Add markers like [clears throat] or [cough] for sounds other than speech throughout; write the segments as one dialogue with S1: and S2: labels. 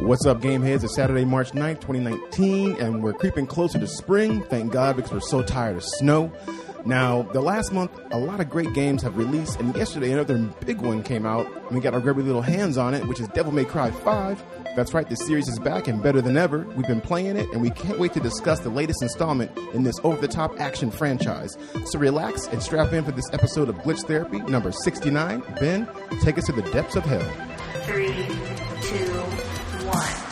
S1: What's up, game heads? It's Saturday, March 9th, 2019, and we're creeping closer to spring. Thank God, because we're so tired of snow. Now, the last month, a lot of great games have released, and yesterday another big one came out, and we got our grubby little hands on it, which is Devil May Cry 5. That's right, the series is back and better than ever. We've been playing it, and we can't wait to discuss the latest installment in this over the top action franchise. So relax and strap in for this episode of Glitch Therapy number 69. Ben, take us to the depths of hell.
S2: three, two, one.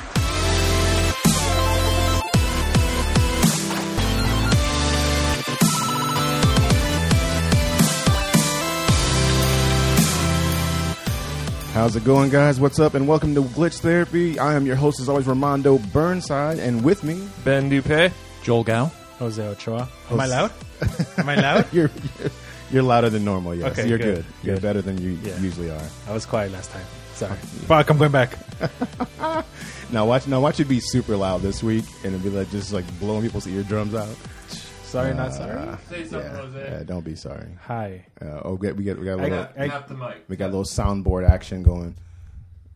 S1: How's it going, guys? What's up? And welcome to Glitch Therapy. I am your host, as always, Ramondo Burnside, and with me, [laughs]
S3: Ben Dupay.
S4: Joel Gow.
S5: Jose Ochoa.
S3: Am I loud? Am I loud?
S1: you're you're- you're louder than normal. Yes,
S3: Okay,
S1: you're good.
S3: good.
S1: You're better than you
S5: Yeah.
S1: usually are.
S5: [laughs] I was quiet last time. Sorry.
S3: Fuck, I'm going back.
S1: Now watch. Now watch it be super loud this week, and it'll be like just like blowing people's eardrums out.
S5: Sorry, not sorry.
S1: Uh, yeah, yeah, don't be sorry.
S5: Hi.
S1: Uh, oh, get, we get we got a
S5: I,
S1: little
S5: I,
S3: the mic.
S1: we got a little soundboard action going.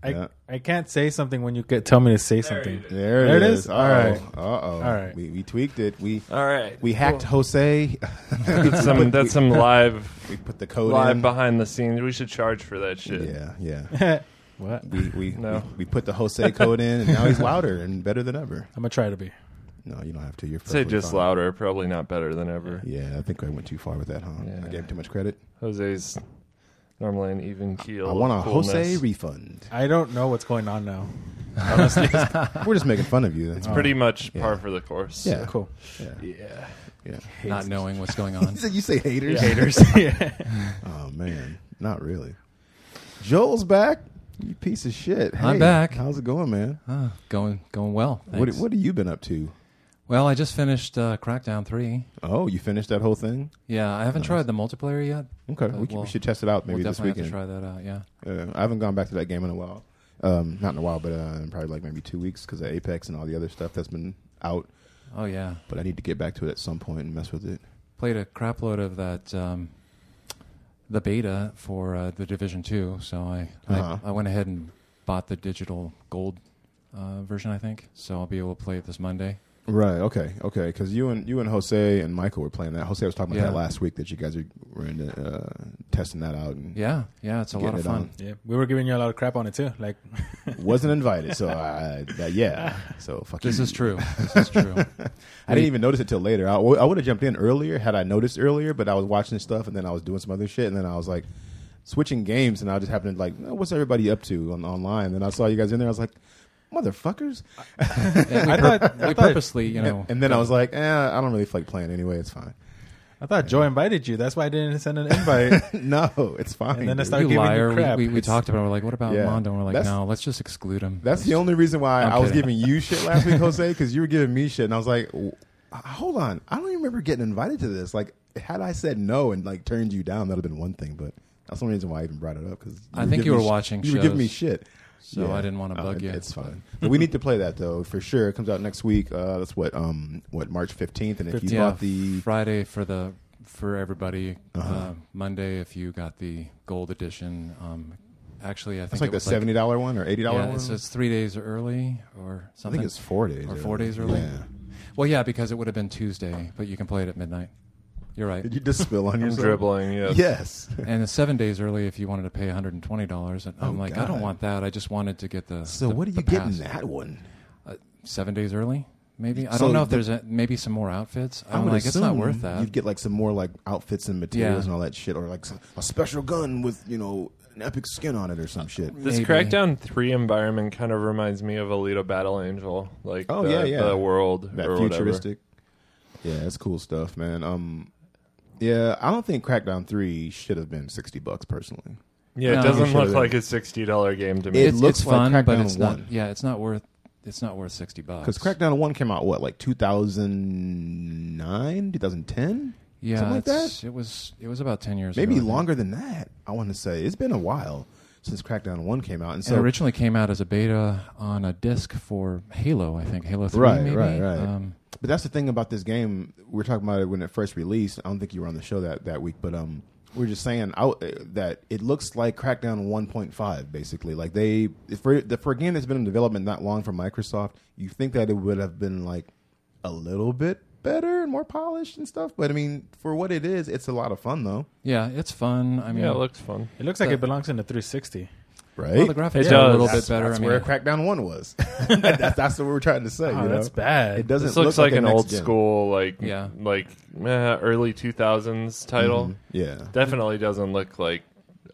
S5: I,
S1: Yeah.
S5: I can't say something when you get, tell me to say something.
S3: it
S1: There,
S5: There it
S1: is.
S5: is?
S1: Uh-oh.
S5: All right.
S1: Uh oh.
S5: All right. Uh,
S1: We, we tweaked it. We
S3: All right.
S1: we hacked Jose.
S3: [laughs]
S1: [laughs]
S3: That's some, that's some live,
S1: we put the code
S3: live
S1: in.
S3: behind the scenes. We should charge for that shit.
S1: Yeah, yeah.
S5: [laughs] What? I'm
S1: we we,
S3: No.
S1: we we put the Jose code in, and now he's louder and better than ever.
S5: going to try to be.
S1: No, you don't have to. You're
S3: Say
S1: perfectly
S3: just
S1: fine.
S3: louder, probably not better than ever.
S1: Yeah, I think I went too far with that, huh? I
S3: Yeah.
S1: gave him too much credit.
S3: Jose's normally an even keel.
S1: I want a
S3: of Oh, coolness.
S1: Jose refund.
S5: I don't know what's going on now.
S1: We're just making fun of
S3: [laughs]
S1: you. It's
S3: Pretty much par for the course.
S1: Oh, Yeah.
S5: Cool.
S1: Yeah.
S3: [laughs] Yeah.
S1: yeah. [laughs]
S4: Not knowing what's going on.
S1: You say- You say haters? [laughs]
S5: Haters. [laughs] yeah.
S1: Oh man, not really. Joel's back. You piece of shit.
S4: I'm
S1: Hey,
S4: back.
S1: How's it going, man?
S4: Ah, going going well.
S1: What
S4: thanks.
S1: What have you been up to?
S4: Well, I just finished uh, Crackdown three.
S1: Oh, you finished that whole thing?
S4: Yeah, I haven't tried the multiplayer yet.
S1: Okay,
S4: Uh,
S1: we, c-
S4: well,
S1: we should test it out maybe
S4: we'll
S1: this
S4: definitely
S1: weekend.
S4: have to try that out. Yeah.
S1: Uh, I haven't gone back to that game in a while. Um, not in a while, but uh, in probably like maybe two weeks because of Apex and all the other stuff that's been out.
S4: Oh yeah,
S1: But I need to get back to it at some point and mess with it.
S4: played a crapload of that. Um, the beta for uh, the Division Two, so I,
S1: Uh-huh.
S4: I I went ahead and bought the digital gold uh, version. I think so. I'll be able to play it this Monday.
S1: Right. Okay. Okay. Because you and you and Jose and Michael were playing that. Jose was talking about
S4: Yeah.
S1: that last week that you guys are, were into, uh, testing that out and
S4: Yeah, yeah, it's a lot
S1: Getting
S4: of
S1: it on.
S4: fun.
S5: Yeah. We were giving you a lot of crap on it too. Like, [laughs]
S1: wasn't invited.
S4: [laughs]
S1: So I, that, yeah. So fuck.
S4: This
S1: you.
S4: is
S1: [laughs]
S4: true. This is true.
S1: I didn't even notice it till later. I, w- I would have jumped in earlier had I noticed earlier, but I was watching stuff and then I was doing some other shit and then I was like switching games and I just happened to like, "Oh, what's everybody up to on online? And I saw you guys in there. I was like, motherfuckers.
S4: And we
S5: I
S4: pur-
S5: thought, I
S4: we
S5: thought,
S4: purposely, you know,
S1: And then I was like, eh, I don't really feel like playing anyway. It's fine. [laughs]
S5: I thought Joe invited you. That's why I didn't send
S1: [laughs]
S5: an invite.
S1: no, it's fine.
S5: And then I
S1: dude.
S5: started-
S4: you
S5: giving you
S4: liar. We-
S5: crap.
S4: We, we,
S5: It's-
S4: talked about it. We're like, what about
S1: Yeah.
S4: Mondo? And we're like,
S1: That's-
S4: no, let's just exclude him.
S1: That's the only reason why
S4: I'm
S1: I was
S4: kidding.
S1: giving you shit last week,
S4: [laughs]
S1: Jose, because you were giving me shit, and I was like, "W- "Hold on, I don't even remember getting invited to this." Like, had I said no and like turned you down, that'd have been one thing. But that's the only reason why I even brought it up because
S4: I think you were watching
S1: You were giving me
S4: shows,
S1: shit,
S4: so I didn't wanna
S1: No,
S4: bug
S1: it-
S4: you,
S1: Uh, It's
S4: but-
S1: fine. But we need to play that though for sure. It comes out next week. Uh, that's what um what March fifteenth, and if you
S4: yeah,
S1: bought the Uh-huh.
S4: Friday for the for everybody. uh Monday if you got the gold edition. Um, actually, I think
S1: it's like
S4: it
S1: the
S4: was
S1: seventy dollar one or eighty dollar
S4: yeah,
S1: one.
S4: it's, it's three days early or
S1: I
S4: something.
S1: think it's four days
S4: or four days early.
S1: Yeah.
S4: Well, yeah, because it would have been Tuesday, but you can play it at midnight. You're right.
S1: Did you just spill on
S3: I'm
S1: yourself?
S3: dribbling. Yeah.
S1: Yes.
S4: and it's seven days early if you wanted to pay $120. And I'm
S1: Oh,
S4: like, I
S1: God.
S4: don't want that. I just wanted to get the.
S1: So
S4: the-
S1: what are
S4: the
S1: you getting
S4: pass.
S1: that one?
S4: seven days early. Maybe I
S1: So
S4: don't know if
S1: the-
S4: there's a, maybe some more outfits.
S1: I
S4: I'm
S1: would
S4: like, it's not
S1: assume
S4: worth that.
S1: You'd get like some more like outfits and materials
S4: Yeah.
S1: and all that shit, or like s- a special gun with you know an epic skin on it or some shit.
S3: This
S4: Maybe.
S3: Crackdown 3 environment kind of reminds me of Alito Battle Angel. Like,
S1: Oh,
S3: the,
S1: yeah, yeah.
S3: the world.
S1: That
S3: or whatever.
S1: futuristic. Yeah, that's cool stuff, man. Um, yeah, I don't think Crackdown Three should have been sixty bucks personally.
S3: Yeah, it
S4: No, I'm
S3: doesn't
S1: sure
S3: look
S1: that-
S3: like a $60 game to me.
S1: It
S4: it's,
S1: looks
S4: it's
S1: like
S4: fun, but
S1: Crackdown
S4: it's
S1: one.
S4: not. Yeah, it's not worth. It's not worth sixty bucks.
S1: Because Crackdown One came out what like two thousand nine, two thousand ten,
S4: yeah,
S1: something like that.
S4: it's- it was. It was about ten years.
S1: Maybe
S4: ago, I think.
S1: longer than that. I want to say it's been a while since Crackdown One came out, and so
S4: it originally came out as a beta on a disc for Halo. I think Halo Three.
S1: Right,
S4: maybe?
S1: right, right.
S4: Um,
S1: But that's the thing about this game. We were talking about it when it first released. I don't think you were on the show that, that week, but um, we were just saying I, that it looks like Crackdown 1.5, basically. Like they for for a game that's been in development that long from Microsoft, you think that it would have been like a little bit better and more polished and stuff. But I mean, for what it is, it's a lot of fun though,
S4: Yeah, it's fun. I mean,
S3: Yeah, it looks fun.
S5: It looks like it belongs in the 360.
S1: right?
S4: well, the graphics
S3: It
S4: are a
S3: does.
S4: little
S1: that's,
S4: bit better.
S1: That's
S4: I mean,
S1: where Crackdown One was. [laughs] that's, that's what we were trying to say.
S5: Oh,
S1: you know?
S5: that's bad.
S1: It doesn't
S3: This looks
S1: look
S3: like,
S1: a
S3: an
S1: next
S3: old
S1: gen.
S3: school, like
S4: Yeah.
S3: like eh, early two thousands title.
S1: Mm-hmm. Yeah,
S3: Definitely doesn't look like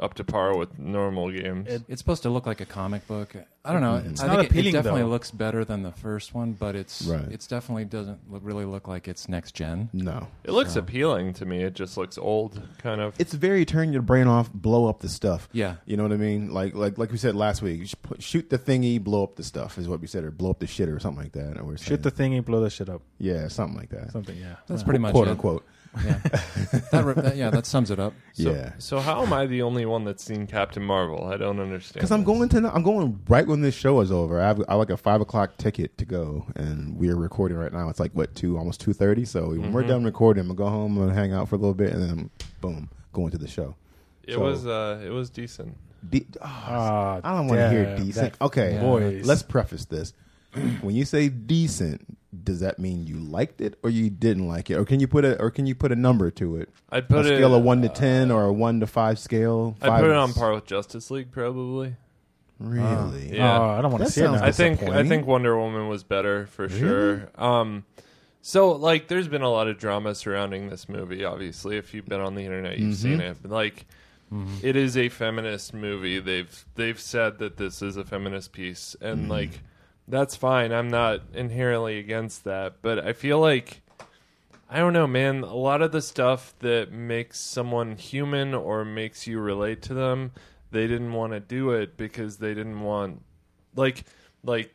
S3: up to par with normal games.
S4: it's supposed to look like a comic book. I don't know.
S1: Mm-hmm.
S4: It's I
S5: not
S4: think it-
S5: appealing,
S4: It definitely
S5: though.
S4: looks better than the first one, but it's
S1: Right. Mm.
S4: it's definitely doesn't look, really look like it's next gen.
S1: no.
S3: it looks appealing to me. It just looks old, kind of.
S1: It's very turn your brain off, blow up the stuff.
S4: Yeah.
S1: you know what I mean. Like like like we said last week, you should put, shoot the thingy, blow up the stuff is what we said, or blow up the shit or something like that. Or we're saying.
S5: Shoot the thingy, blow the shit up.
S1: yeah, something like that.
S5: Something, yeah.
S4: That's pretty much
S1: quote
S4: it.
S1: unquote.
S4: Yeah. that, re- that, yeah, that sums it up.
S3: so,
S1: yeah,
S3: So how am I the only one that's seen Captain Marvel? I don't understand.
S1: Because I'm
S3: this.
S1: going to, I'm going right when this show is over. I have, I have like a five o'clock ticket to go, and we're recording right now. It's like what two, almost two thirty. So when
S5: Mm-hmm.
S1: we're done recording, I'm gonna go home and hang out for a little bit, and then boom, going to the show.
S3: It
S1: So-
S3: was uh, it was decent.
S1: De- oh,
S5: Ah,
S1: I don't want to hear
S5: damn,
S1: decent.
S5: that
S1: Okay, uh,
S5: voice.
S1: let's preface this. [clears throat] when you say decent, does that mean you liked it or you didn't like it, or can you put a or can you put a number to it?
S3: I put
S1: a
S3: it uh,
S1: scale of one to ten or a one to five scale.
S3: I put
S1: Five
S3: it
S1: is-
S3: on par with Justice League, probably.
S1: Really?
S3: Yeah.
S5: Oh, I don't want
S1: That
S5: to see it.
S1: sounds
S5: now.
S3: I think I
S1: disappointing.
S3: think Wonder Woman was better for sure. Um, so like, there's been a lot of drama surrounding this movie. Obviously, if you've been on the internet, you've seen it. But, Like, it is a feminist movie. They've they've said that this is a feminist piece, and like, that's fine. I'm not inherently against that, but I feel like. I don't know, man. A lot of the stuff that makes someone human or makes you relate to them, they didn't want to do it because they didn't want like like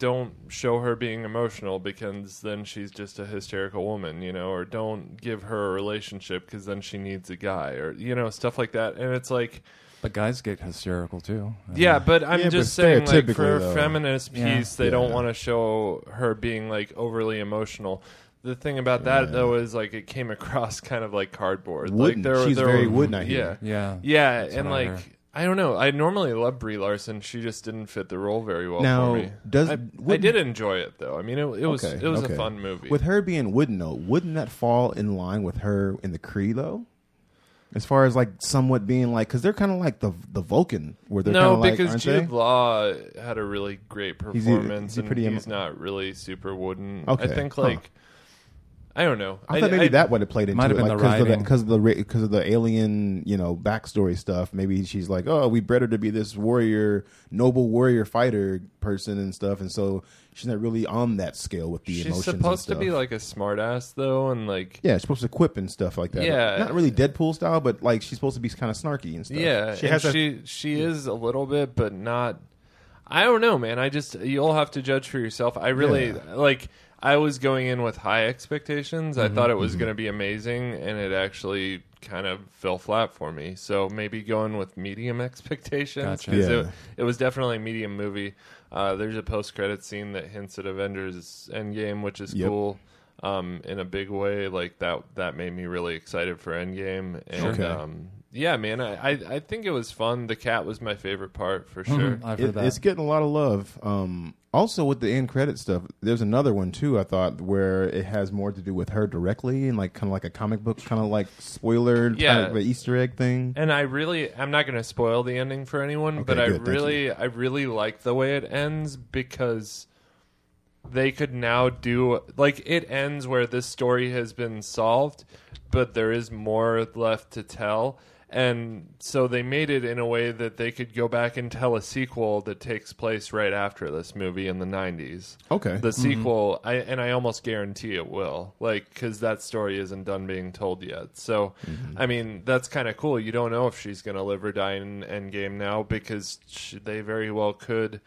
S3: don't show her being emotional because then she's just a hysterical woman, you know, or don't give her a relationship because then she needs a guy or you know stuff like that. And it's like
S4: But guys get hysterical too. I mean,
S3: yeah, but I'm
S1: Yeah, but
S3: just saying, like, for
S1: stereotypically,
S3: a
S1: though.
S3: feminist piece,
S4: Yeah.
S3: they don't
S1: Yeah.
S3: want to show her being like overly emotional. The thing about that though is like it came [laughs] across kind of like cardboard.
S1: Wooden.
S3: Like there,
S1: She's
S3: there
S1: very
S3: were,
S1: wooden, I hear.
S3: Yeah,
S4: yeah,
S3: yeah,
S4: That's
S3: and
S4: what I
S3: like
S4: heard.
S3: I don't know. I normally love Brie Larson. She just didn't fit the role very well
S1: Now,
S3: for me.
S1: does-
S3: I, I
S1: wouldn't-
S3: did enjoy it though. I mean, it, it was
S1: Okay,
S3: it was
S1: okay.
S3: a fun movie.
S1: With her being wooden though, wouldn't that fall in line with her in the Kree though? As far as like somewhat being like, because they're kind of like the the Vulcan, where they're
S3: no,
S1: kind of like,
S3: because
S1: aren't
S3: Jude
S1: they?
S3: Law had a really great
S1: he- is
S3: performance,
S1: he pretty
S3: and
S1: emo-
S3: he's not really super wooden. I
S1: Okay,
S3: think
S1: huh.
S3: like I don't know.
S1: I thought maybe that would have played into
S4: Might
S1: it,
S4: have been
S1: like
S4: the
S1: because of, because of
S4: writing.
S1: the because of the alien, you know, backstory stuff. Maybe she's like, oh, we bred her to be this warrior, noble warrior fighter person and stuff, and so she's not really on that scale with the
S3: She's
S1: emotions. and
S3: supposed to be
S1: stuff.
S3: like a smartass though, and like
S1: yeah, she's supposed to quip and stuff like that.
S3: Yeah.
S1: not really Deadpool style, but like she's supposed to be kind of snarky and stuff.
S3: yeah,
S5: She
S3: she
S5: has a-
S3: she she is a little bit, but not. I don't know, man. I just you'll have to judge for yourself. I really
S1: Yeah.
S3: like. I was going in with high expectations. I
S1: Mm-hmm.
S3: thought it was going to be amazing, and it actually kind of fell flat for me. So maybe going with medium [laughs] expectations
S4: Gotcha.
S3: 'cause it,
S1: Yeah.
S3: it was definitely a medium movie. Uh, there's a post credit scene that hints at Avengers Endgame, which is
S1: Yep.
S3: cool um, in a big way. Like that, that made me really excited for Endgame. And
S1: Okay.
S3: um, yeah, man, I, I I think it was fun. The cat was my favorite part for
S1: Mm-hmm.
S3: sure.
S4: Mm-hmm. I've heard
S1: It,
S4: that.
S1: it's getting a lot of love. Um, also with the end credit stuff, there's another one too. I thought where it has more to do with her directly and like kind of like a comic book, kind of like spoiler,
S3: Yeah.
S1: kind of an Easter egg thing.
S3: and I really, I'm not going to spoil the ending for anyone, but I
S1: good, thank
S3: really, I really like the way it ends because they could now do like it ends where this story has been solved, but there is more left to tell. And so they made it in a way that they could go back and tell a sequel that takes place right after this movie in the 90s.
S1: Okay.
S3: The sequel, I and I almost guarantee it will, like because that story isn't done being told yet. So, I mean, that's kind of cool. You don't know if she's going to live or die in Endgame now because she, they very well could,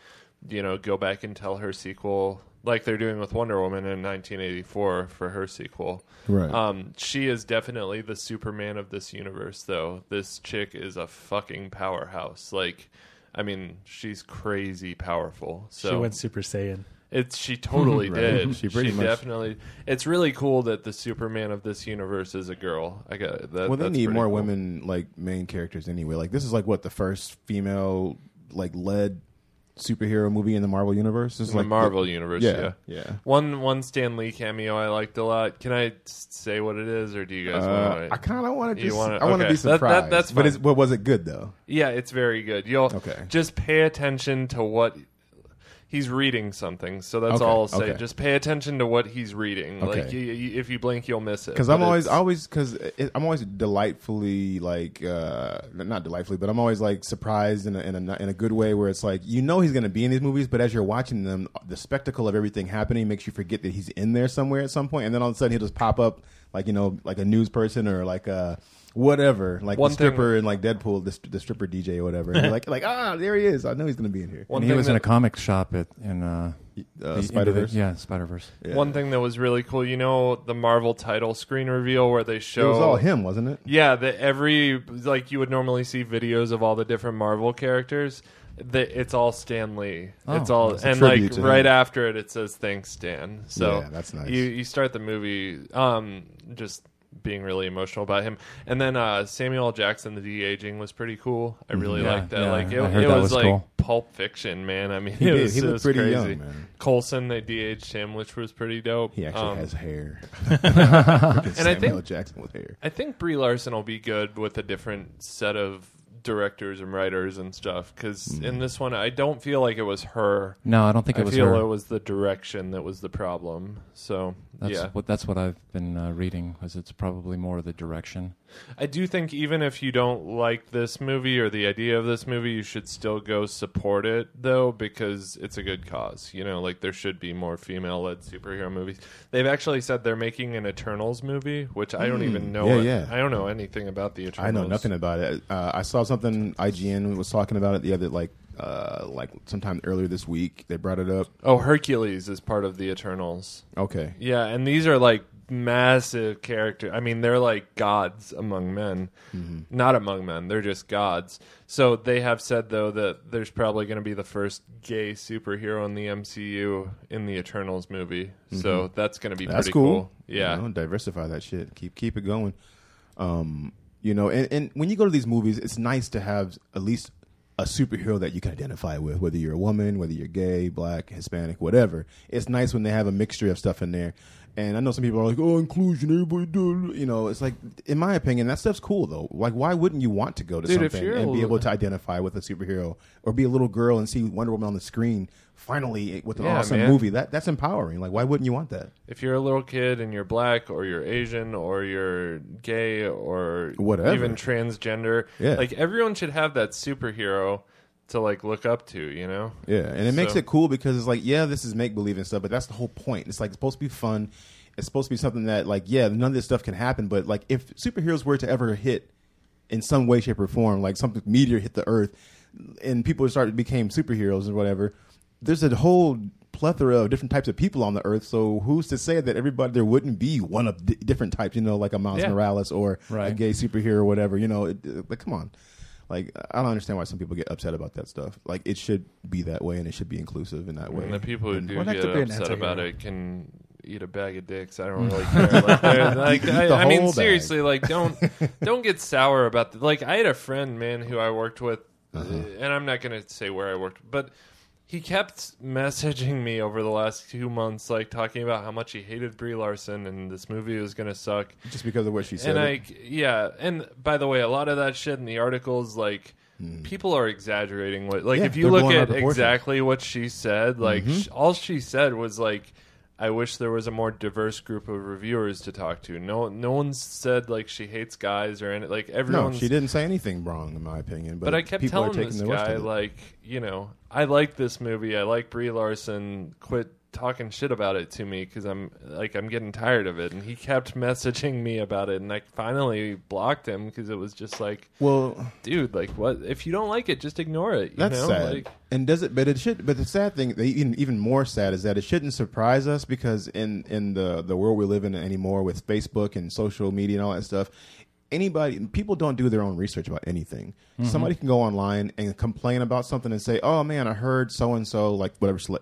S3: you know, go back and tell her sequel like they're doing with Wonder Woman in 1984 for her sequel.
S1: Right.
S3: Um, she is definitely the Superman of this universe, though. This chick is a fucking powerhouse. Like. I mean, she's crazy powerful. So
S5: She went Super Saiyan.
S1: [laughs]
S3: It's she totally
S1: Right.
S3: did.
S1: She
S3: She,
S1: pretty much-
S3: definitely. It's really cool that the Superman of this universe is a girl. I got that.
S1: well, they
S3: that's
S1: need
S3: pretty
S1: more
S3: cool.
S1: women like main characters anyway. Like this is like what the first female like led superhero movie in the Marvel universe. This is
S3: in
S1: like
S3: the Marvel universe.
S1: yeah,
S3: Yeah.
S1: yeah.
S3: One one Stan Lee cameo I liked a lot. Can I s- say what it is, or do you guys
S1: Uh,
S3: want
S1: I
S3: to?
S1: kind of want to
S3: You
S1: just.
S3: wanna-
S1: I want to
S3: okay.
S1: be
S3: That- that-
S1: surprised.
S3: that's
S1: but,
S3: fine.
S1: it's, but was it good though?
S3: Yeah, it's very good. You'll
S1: Okay.
S3: just pay attention to what he's reading something. So that's
S1: Okay,
S3: all I'll say.
S1: okay.
S3: Just pay attention to what he's reading.
S1: Okay.
S3: Like you, you, if you blink, you'll miss it.
S1: Because
S3: But
S1: I'm always
S3: it's-
S1: always because I'm always delightfully like uh, not delightfully, but I'm always like surprised in a, in a in a good way where it's like you know he's going to be in these movies, but as you're watching them, the spectacle of everything happening makes you forget that he's in there somewhere at some point, and then all of a sudden he'll just pop up like you know like a news person or like a whatever like
S3: One
S1: the
S3: thing-
S1: stripper and like Deadpool the, st- the stripper DJ or whatever, and you're like [laughs] like ah there he is, I know he's going to be in here.
S3: one
S4: and he
S3: thing
S4: was in
S3: that-
S4: a comic shop at in uh, the-
S1: Uh,
S4: in the-
S1: Spider Verse.
S4: Yeah, Spider Verse.
S3: One thing that was really cool, you know, the Marvel title screen reveal where they
S1: It
S3: show
S1: was all him, wasn't it?
S3: Yeah, the every like you would normally see videos of all the different Marvel characters. The, it's all Stan Lee.
S4: Oh,
S3: it's all
S1: a
S3: and
S1: tribute
S3: like
S1: to him.
S3: right after it, it says thanks Stan. So
S1: Yeah, that's nice.
S3: You you start the movie um just being really emotional about him, and then uh, Samuel L. Jackson the de aging was pretty cool. I
S1: Mm,
S3: really
S4: Yeah,
S3: liked that.
S4: yeah,
S3: like it,
S4: I heard
S3: it
S4: that
S3: was,
S4: was
S3: like
S4: cool.
S3: Pulp Fiction, man. I mean,
S1: He
S3: it
S1: did.
S3: was,
S1: He
S3: it
S1: looked
S3: was
S1: pretty
S3: crazy.
S1: young, man.
S3: Colson they de aged him, which was pretty dope.
S1: He actually
S3: Um,
S1: has
S3: [laughs]
S1: hair. [laughs]
S3: and I
S1: Samuel
S3: think
S1: Jackson with hair.
S3: I think Brie Larson will be good with a different set of directors and writers and stuff. Because in this one, I don't feel like it was her.
S4: No, I don't think
S3: I
S4: it was
S3: feel
S4: her.
S3: it was the direction that was the problem. So
S4: that's
S3: yeah,
S4: what that's what I've been uh, reading. Was it's probably more the direction.
S3: I do think even if you don't like this movie or the idea of this movie, you should still go support it though because it's a good cause. You know, like there should be more female-led superhero movies. They've actually said they're making an Eternals movie, which I don't even know.
S1: Yeah,
S3: it-
S1: yeah.
S3: I don't know anything about the Eternals.
S1: I know nothing about it. Uh, I saw something IGN was talking about it the other like uh, like sometime earlier this week. They brought it up.
S3: Oh, Hercules is part of the Eternals.
S1: Okay,
S3: Yeah, and these are like massive character. I mean, they're like gods among men.
S1: Mm-hmm.
S3: Not among men, they're just gods. So they have said though that there's probably going to be the first gay superhero in the MCU in the Eternals movie. So that's going to be
S1: Mm-hmm. that's
S3: pretty
S1: cool.
S3: Yeah.
S1: You know, diversify that shit. Keep keep it going. Um, you know, and, and when you go to these movies, it's nice to have at least a superhero that you can identify with, whether you're a woman, whether you're gay, black, Hispanic, whatever. It's nice when they have a mixture of stuff in there. And I know some people are like, "Oh, inclusion, everybody do." it." You know, it's like, in my opinion, that stuff's cool though. Like, why wouldn't you want to go to
S3: Dude, if
S1: something
S3: you're
S1: and
S3: a
S1: be
S3: little-
S1: able to identify with a superhero or be a little girl and see Wonder Woman on the screen finally with an
S3: Yeah,
S1: awesome
S3: man.
S1: movie? That that's empowering. Like, why wouldn't you want that?
S3: If you're a little kid and you're black or you're Asian or you're gay or
S1: Whatever.
S3: even transgender,
S1: Yeah.
S3: like everyone should have that superhero to like look up to, you know?
S1: Yeah, and it makes
S3: So-
S1: it cool because it's like, yeah, this is make believe and stuff, but that's the whole point. It's like it's supposed to be fun. It's supposed to be something that, like, yeah, none of this stuff can happen, but like, if superheroes were to ever hit in some way, shape, or form, like something meteor hit the Earth, and people started became superheroes and whatever, there's a whole plethora of different types of people on the Earth. So who's to say that everybody there wouldn't be one of di different types? You know, like a Miles
S3: Yeah.
S1: Morales or a
S4: Right.
S1: gay superhero or whatever. You know, it, it- like come on, like I don't understand why some people get upset about that stuff. Like it should be that way, and it should be inclusive in that way.
S3: And the people who do
S5: Well, that
S3: get
S5: could be an
S3: upset about
S5: anti-hero.
S3: it can eat a bag of dicks.
S1: [laughs]
S3: I don't really care. Like, they're- like,
S1: Eat
S3: I,
S1: the
S3: I mean,
S1: whole bag.
S3: seriously,
S1: [laughs]
S3: like don't don't get sour about the like. I had a friend, man, who I worked with,
S1: Uh-huh.
S3: uh, and I'm not going to say where I worked, but he kept messaging me over the last two months, like talking about how much he hated Brie Larson and this movie was going to suck.
S1: Just because of what she said.
S3: And I, yeah, and by the way, a lot of that shit in the articles, like people are exaggerating what, like
S1: Hmm. Yeah,
S3: if you
S1: they're
S3: look
S1: blowing out Mm-hmm.
S3: at
S1: of proportion.
S3: exactly what she said, like sh- all she said was like, "I wish there was a more diverse group of reviewers to talk to." No, no one said like she hates guys or any like
S1: no,
S3: everyone's.
S1: she didn't say anything wrong in my opinion. But,
S3: But I kept
S1: people
S3: telling
S1: are taking
S3: this
S1: the worst
S3: guy,
S1: of it.
S3: like, you know, I like this movie. I like Brie Larson. Quit talking shit about it to me because I'm like I'm getting tired of it. And he kept [laughs] messaging me about it, and I finally blocked him because it was just like,
S1: well,
S3: dude, like, what? If you don't like it, just ignore it. You
S1: That's
S3: know?
S1: sad.
S3: Like,
S1: and does it? But it should. But the sad thing, the even, even more sad, is that it shouldn't surprise us because in in the the world we live in anymore with Facebook and social media and all that stuff. Anybody, people don't do their own research about anything.
S3: Mm-hmm.
S1: Somebody can go online and complain about something and say, "Oh man, I heard so and so like whatever cele-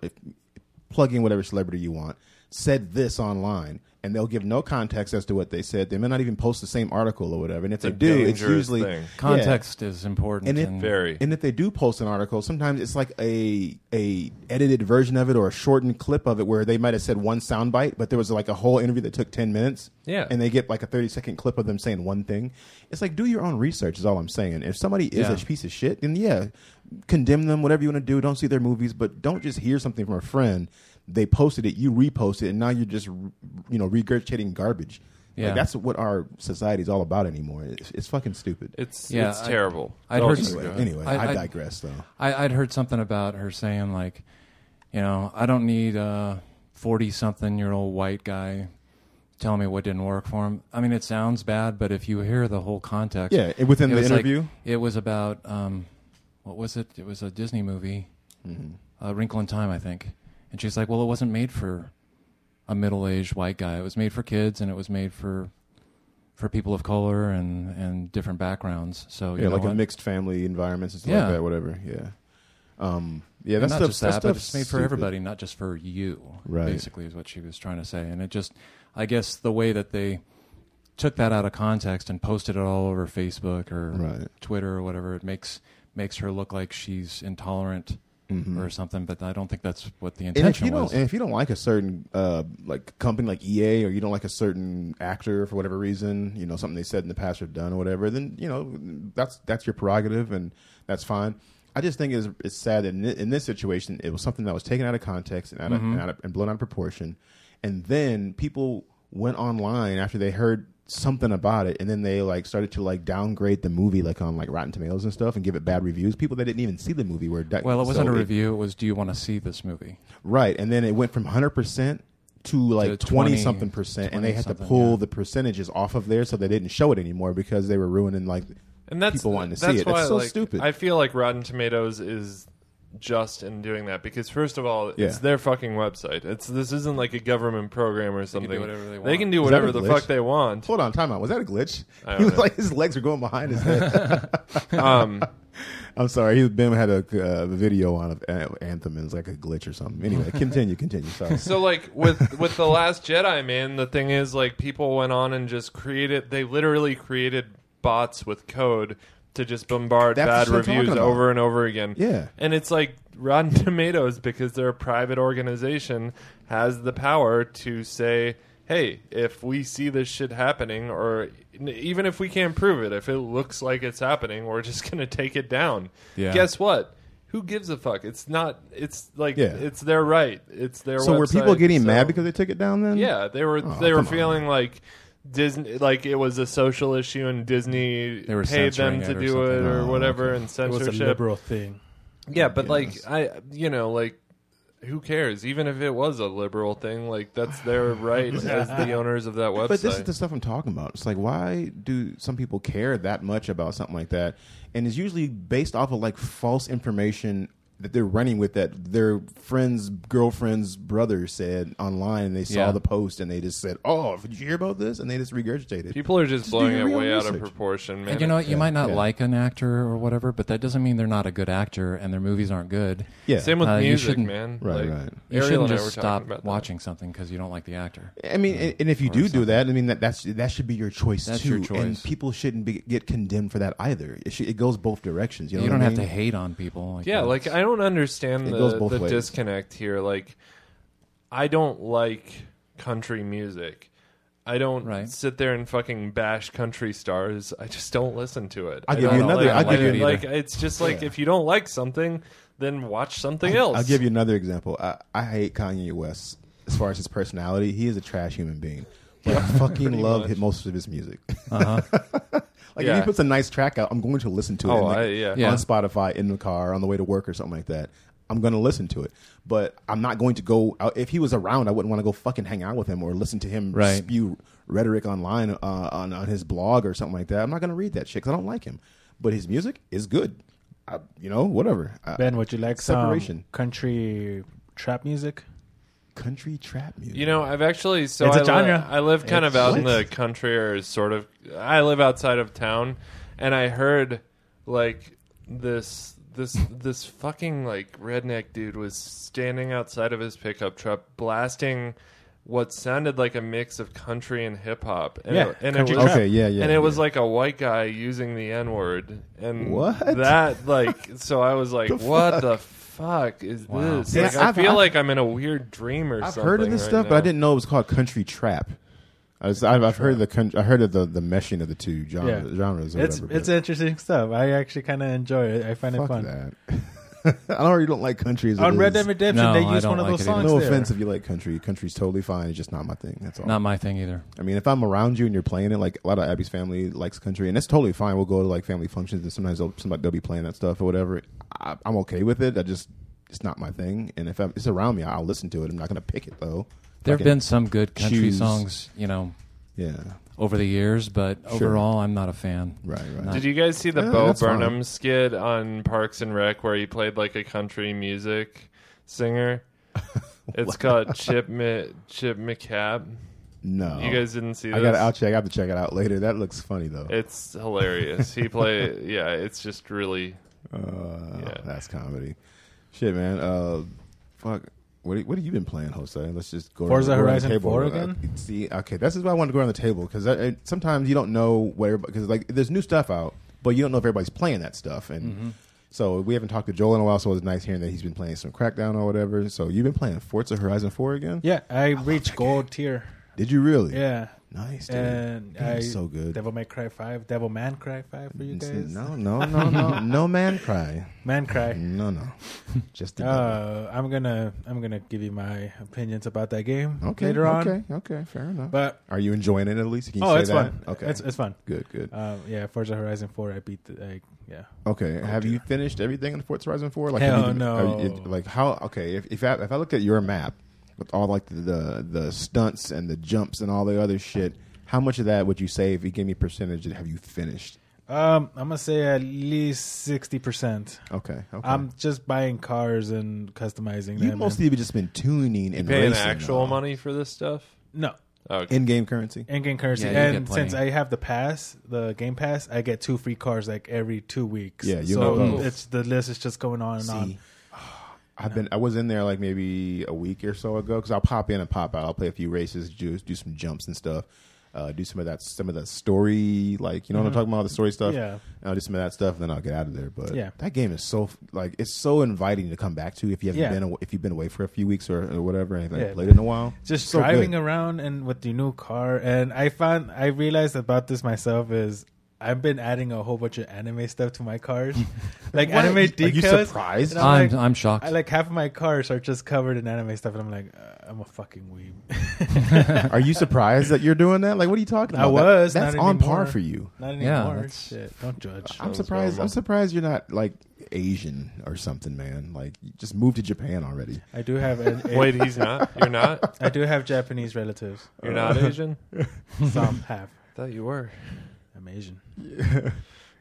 S1: plug in whatever celebrity you want, said this online, and they'll give no context as to what they said. They may not even post the same article or whatever. And if
S3: a
S1: they do, it's
S3: dangerous
S1: usually
S3: thing.
S1: Yeah.
S4: Context is important.
S1: And
S4: And,
S1: if-
S3: Very.
S1: And if they do post an article, sometimes it's like a a edited version of it or a shortened clip of it where they might have said one soundbite, but there was like a whole interview that took ten minutes.
S3: Yeah.
S1: And they get like a thirty second clip of them saying one thing. It's like do your own research is all I'm saying. If somebody is
S4: Yeah.
S1: a piece of shit, then yeah, condemn them, whatever you want to do. Don't see their movies, but don't just hear something from a friend. They posted it, you reposted it, and now you're just you know regurgitating garbage.
S4: Yeah.
S1: Like, that's what our society is all about anymore. It's, it's fucking stupid.
S3: It's
S4: Yeah,
S3: it's
S4: I-
S3: terrible.
S4: I'd
S3: Oh,
S4: heard-
S3: it's-
S1: anyway,
S4: Good.
S1: anyway, I,
S4: I- I-
S1: digress though.
S4: I, I'd heard something about her saying like, you know, I don't need a forty-something-year-old white guy telling me what didn't work for him. I mean, it sounds bad, but if you hear the whole context,
S1: Yeah, and within
S4: it
S1: the
S4: was like-
S1: interview?
S4: it was about um, what was it? It was a Disney movie,
S1: Mm-hmm.
S4: uh, Wrinkle in Time, I think. And she's like, well, it wasn't made for a middle-aged white guy. It was made for kids, and it was made for for people of color and and different backgrounds. So you
S1: Yeah,
S4: know
S1: like a
S4: what?
S1: mixed family environments and stuff
S4: Yeah.
S1: like that, whatever. Yeah. Um, yeah,
S4: And
S1: that's
S4: not
S1: stuff,
S4: just that, but
S1: stuff's
S4: it's made for
S1: stupid.
S4: everybody, not just for you.
S1: Right.
S4: Basically, is what she was trying to say, and it just, I guess, the way that they took that out of context and posted it all over Facebook or
S1: Right.
S4: Twitter or whatever, it makes makes her look like she's intolerant or something. But I don't think that's what the
S1: Mm-hmm. And if
S4: intention
S1: you don't,
S4: was.
S1: and if you don't like a certain uh, like company like EA, or you don't like a certain actor for whatever reason, you know something they said in the past or done or whatever, then you know that's that's your prerogative and that's fine. I just think it's, it's sad that in, thi- in this situation, it was something that was taken out of context and out
S4: Mm-hmm.
S1: of, and, out of, and blown out of proportion, and then people went online after they heard something about it, and then they like started to like downgrade the movie like on like Rotten Tomatoes and stuff, and give it bad reviews. People that didn't even see the movie were di-
S4: well, it wasn't
S1: so
S4: a
S1: it-
S4: review. It was, do you want to see this movie?
S1: Right, and then it went from hundred percent to like
S4: To
S1: twenty
S4: 20,
S1: something percent, and they had to
S4: 20-something,
S1: pull
S4: yeah.
S1: the percentages off of there, so they didn't show it anymore because they were ruining like
S3: and that's
S1: people wanting to
S3: that's
S1: see it.
S3: Why,
S1: That's so
S3: like,
S1: stupid.
S3: I feel like Rotten Tomatoes is just in doing that because first of all,
S1: Yeah.
S3: it's their fucking website. It's this isn't like a government program or something.
S4: whatever they
S3: They
S4: want.
S3: can do
S1: Is that a
S3: whatever the
S1: glitch?
S3: fuck they want.
S1: Hold on, time out. Was that a glitch? [laughs]
S3: don't
S1: He was
S3: know.
S1: like his legs were going behind his head.
S3: [laughs]
S1: [laughs]
S3: Um,
S1: I'm sorry. He, ben had a uh, video on of uh, Anthem and it was like a glitch or something.
S3: [laughs]
S1: Anyway, continue, continue. Sorry.
S3: so like with with the last Jedi, man, the thing is like people went on and just created. They literally created bots with code to just bombard
S1: That's
S3: bad
S1: what I'm talking
S3: reviews
S1: about.
S3: over and over again.
S1: Yeah.
S3: and it's like Rotten [laughs] Tomatoes because they're a private organization has the power to say. Hey, if we see this shit happening, or n- even if we can't prove it, if it looks like it's happening, we're just [laughs] gonna take it down.
S4: Yeah.
S3: Guess what? Who gives a fuck? It's not. It's like
S1: Yeah.
S3: it's their right. It's their
S1: So were
S3: website,
S1: people getting
S3: so-
S1: mad because they took it down then?
S3: yeah they were
S1: Oh,
S3: they were
S1: come on.
S3: feeling like Disney like it was a social issue and Disney
S4: They were
S3: paid them
S4: censoring
S3: to
S4: it or
S3: do it
S4: something.
S3: or
S1: Oh,
S3: whatever and
S5: It was a
S3: censorship
S5: liberal thing.
S3: yeah but like
S1: Yes.
S3: I you know like who cares even if it was a liberal thing like that's
S1: [laughs]
S3: their right as the owners of that website
S1: But this is the stuff I'm talking about. It's like, why do some people care that much about something like that? And it's usually based off of like false information that they're running with that their friend's girlfriend's brother said online, and they saw
S4: Yeah.
S1: the post and they just said, "Oh, did you hear about this?" And they just regurgitated.
S3: people are
S1: Just
S3: just,
S1: do
S3: blowing
S1: your
S3: it
S1: real
S3: way out of
S1: research.
S3: proportion man
S4: And you know, what? you
S1: yeah,
S4: might not
S1: yeah.
S4: like an actor or whatever, but that doesn't mean they're not a good actor and their movies aren't good.
S1: yeah,
S3: same with
S4: Uh, you
S3: music
S4: shouldn't-
S3: man
S1: Right,
S3: Like,
S1: right.
S4: You
S3: Ariel
S4: shouldn't
S3: and I
S4: just
S3: were talking
S4: stop
S3: about that.
S4: watching something because you don't like the actor.
S1: I mean, and, and if you do do that, I mean that that's that should be your choice
S4: That's
S1: too.
S4: your
S1: And
S4: choice.
S1: people shouldn't be, get condemned for that either. It, should, it goes both directions. You, know
S4: You
S1: what
S4: don't
S1: I
S4: have to
S1: mean?
S4: hate on people. Like
S3: Yeah,
S4: that.
S3: like I don't understand
S1: It
S3: the,
S1: goes both
S3: the
S1: ways.
S3: disconnect here. Like, I don't like country music. I don't
S4: Right.
S3: sit there and fucking bash country stars. I just don't listen to it.
S1: I'll
S3: I
S1: give
S3: don't
S1: you another-
S3: Like,
S1: I'll give
S3: it.
S4: you-
S3: like it's just like if you don't like something, then watch something else.
S1: I'll give you another example. I, I hate Kanye West as far as his personality. He is a trash human being. But
S3: [laughs]
S1: I fucking love
S3: much.
S1: hit most of his music.
S4: Uh-huh.
S1: [laughs] like if
S3: Yeah.
S1: he puts a nice track out, I'm going to listen to it
S3: Oh,
S1: in the-
S3: I- yeah.
S4: Yeah.
S1: on Spotify in the car on the way to work or something like that. I'm going to listen to it, but I'm not going to go. out- If he was around, I wouldn't want to go fucking hang out with him or listen to him
S4: Right.
S1: spew rhetoric online uh, on on his blog or something like that. I'm not going to read that shit because I don't like him. But his music is good. I, you know, whatever. I-
S5: Ben, would you like
S1: Separation.
S5: some country trap music?
S1: country trap music.
S3: You know, I've actually so
S5: It's a
S3: I li-
S5: genre.
S3: I live kind of out in
S1: What?
S3: the country, or sort of. I live outside of town, and I heard like this this this fucking like redneck dude was standing outside of his pickup truck blasting what sounded like a mix of country and hip hop. And
S5: Yeah,
S3: it, and
S5: country
S3: it was,
S5: trap.
S1: Okay, yeah, yeah,
S3: And it was
S1: yeah.
S3: like a white guy using the N word. And
S1: What?
S3: that like so I was like, what the fuck is
S4: Wow.
S3: this?
S1: Yeah,
S3: Like, I
S1: I've-
S3: feel
S1: I've-
S3: like I'm in a weird dream or
S1: I've
S3: something.
S1: heard of this
S3: right
S1: stuff, but I
S3: now.
S1: didn't know it was called country trap. I was, I've, I've heard of the country, I heard of the, the meshing of the two genres.
S5: Yeah.
S1: genres or
S5: It's
S1: whatever,
S5: it's
S1: but
S5: interesting stuff. I actually kind of enjoy it. I find it
S1: fuck
S5: fun.
S1: that. [laughs] I already don't like country. As it
S5: On Red
S1: is.
S5: Dead Redemption,
S4: No,
S5: they
S4: I
S5: use
S4: don't
S5: one of
S4: like
S5: those
S4: it either.
S5: songs.
S1: No
S5: there.
S1: offense if you like country. Country's totally fine. It's just not my thing. That's all.
S4: Not my thing either.
S1: I mean, if I'm around you and you're playing it, like a lot of Abby's family likes country, and that's totally fine. We'll go to like family functions, and sometimes they'll, somebody they'll be playing that stuff or whatever. I, I'm okay with it. I just it's not my thing, and if I'm, it's around me, I'll listen to it. I'm not gonna pick it though. If I
S4: There have
S1: can-
S4: been some good country
S1: choose-
S4: songs, you know,
S1: yeah,
S4: over the years, but
S1: Sure.
S4: overall, I'm not a fan.
S1: right, right.
S4: No.
S3: Did you guys see the
S1: Yeah,
S3: Bo
S1: that's fine.
S3: Burnham skit on Parks and Rec where he played like a country music
S1: [laughs]
S3: singer? It's called Chip Mi- Chip McCab.
S1: No,
S3: You guys didn't see this?
S1: Oh. I gotta. I'll check. I have to check it out later. That looks funny though.
S3: It's hilarious. He
S1: [laughs]
S3: play yeah, it's just really
S1: Uh,
S3: Yeah.
S1: That's comedy. Shit, man. Uh, fuck. What do- what have you been playing, Jose? Let's just go
S5: Forza
S1: around
S5: Horizon
S1: the table.
S5: 4
S1: Uh,
S5: again?
S1: see, okay, this is why I wanted to go around the table because sometimes you don't know where because like there's new stuff out, but you don't know if everybody's playing that stuff, and
S5: Mm-hmm.
S1: so we haven't talked to Joel in a while. So it's nice hearing that he's been playing some Crackdown or whatever. So you've been playing Forza Horizon Four again?
S5: Yeah, I, reached gold tier.
S1: Did you really?
S5: Yeah,
S1: Nice. Dude.
S5: and
S1: That
S5: I
S1: is so good.
S5: Devil May Cry Five, Devil Man Cry Five for you
S1: It's-
S5: guys.
S1: No,
S5: [laughs]
S1: no, no, no, no man cry.
S5: Man Cry.
S1: No, no, just the devil.
S5: Uh, I'm gonna I'm gonna give you my opinions about that game
S1: okay.
S5: later on.
S1: okay, okay, fair enough.
S5: But
S1: Are you enjoying it at least? Can you
S5: oh,
S1: say
S5: it's
S1: that?
S5: fun.
S1: Okay,
S5: it's, it's fun.
S1: good, good.
S5: Um, yeah, Forza Horizon Four. I beat the I, yeah.
S1: Okay, have you finished everything in Forza Horizon Four? Like,
S5: Hell
S1: have you been-
S5: no.
S1: have you- like how? Okay, if if I, if I look at your map with all like the, the stunts and the jumps and all the other shit, how much of that would you say if you gave me a percentage? That have you finished?
S5: Um, I'm gonna say at least sixty percent.
S1: Okay, okay.
S5: I'm just buying cars and customizing
S1: you
S5: them.
S1: mostly have just been tuning and
S3: paying
S1: racing
S3: actual
S1: all.
S3: money for this stuff. Oh,
S5: and, no
S3: Okay.
S1: in-game currency.
S5: in-game currency.
S4: Yeah, you get
S5: and
S4: plenty.
S5: since I have the pass, the game pass, I get two free cars like every two weeks.
S1: Yeah, you
S5: so
S1: know.
S5: it's the list is just going on and on.
S1: See, [sighs] I've been I was in there like maybe a week or so ago because I'll pop in and pop out. I'll play a few races, do do some jumps and stuff, uh, do some of that some of the story like you know what I'm talking about the story stuff.
S5: Mm-hmm. Yeah.
S1: and I'll do some of that stuff and then I'll get out of there. But
S5: Yeah.
S1: that game is so f- like it's so inviting to come back to if you haven't
S5: Yeah.
S1: been aw- if you've been away for a few weeks or, or whatever and you haven't
S5: Yeah.
S1: played it in a while.
S5: Just
S1: so
S5: driving
S1: good.
S5: around and with your new car, and I found I realized about this myself is I've been adding a whole bunch of anime stuff to my cars,
S1: [laughs]
S5: like
S1: What?
S5: anime
S1: Are
S5: decals.
S1: you surprised?
S5: And
S4: I'm,
S5: like-
S4: I'm shocked.
S5: I like half of my cars are just covered in anime stuff, and I'm like, uh, I'm a fucking
S1: [laughs]
S5: weeb.
S1: Are you surprised that you're doing that? Like, what are you talking
S5: I
S1: about? That-
S5: was,
S1: that's
S5: not
S1: on par
S5: anymore.
S1: for you.
S5: Not
S4: Yeah,
S5: anymore.
S4: that's-
S5: Shit, don't judge.
S1: I'm
S3: Sounds
S1: surprised.
S3: normal.
S1: I'm surprised you're not like Asian or something, man. Like, you just move to Japan already. [laughs]
S5: I do have
S3: [laughs]
S5: an,
S3: Wait, he's not. You're not.
S5: I do have
S1: [laughs]
S5: Japanese relatives.
S3: You're not
S1: Uh.
S3: Asian.
S5: Some have.
S3: thought you were.
S5: I'm Asian.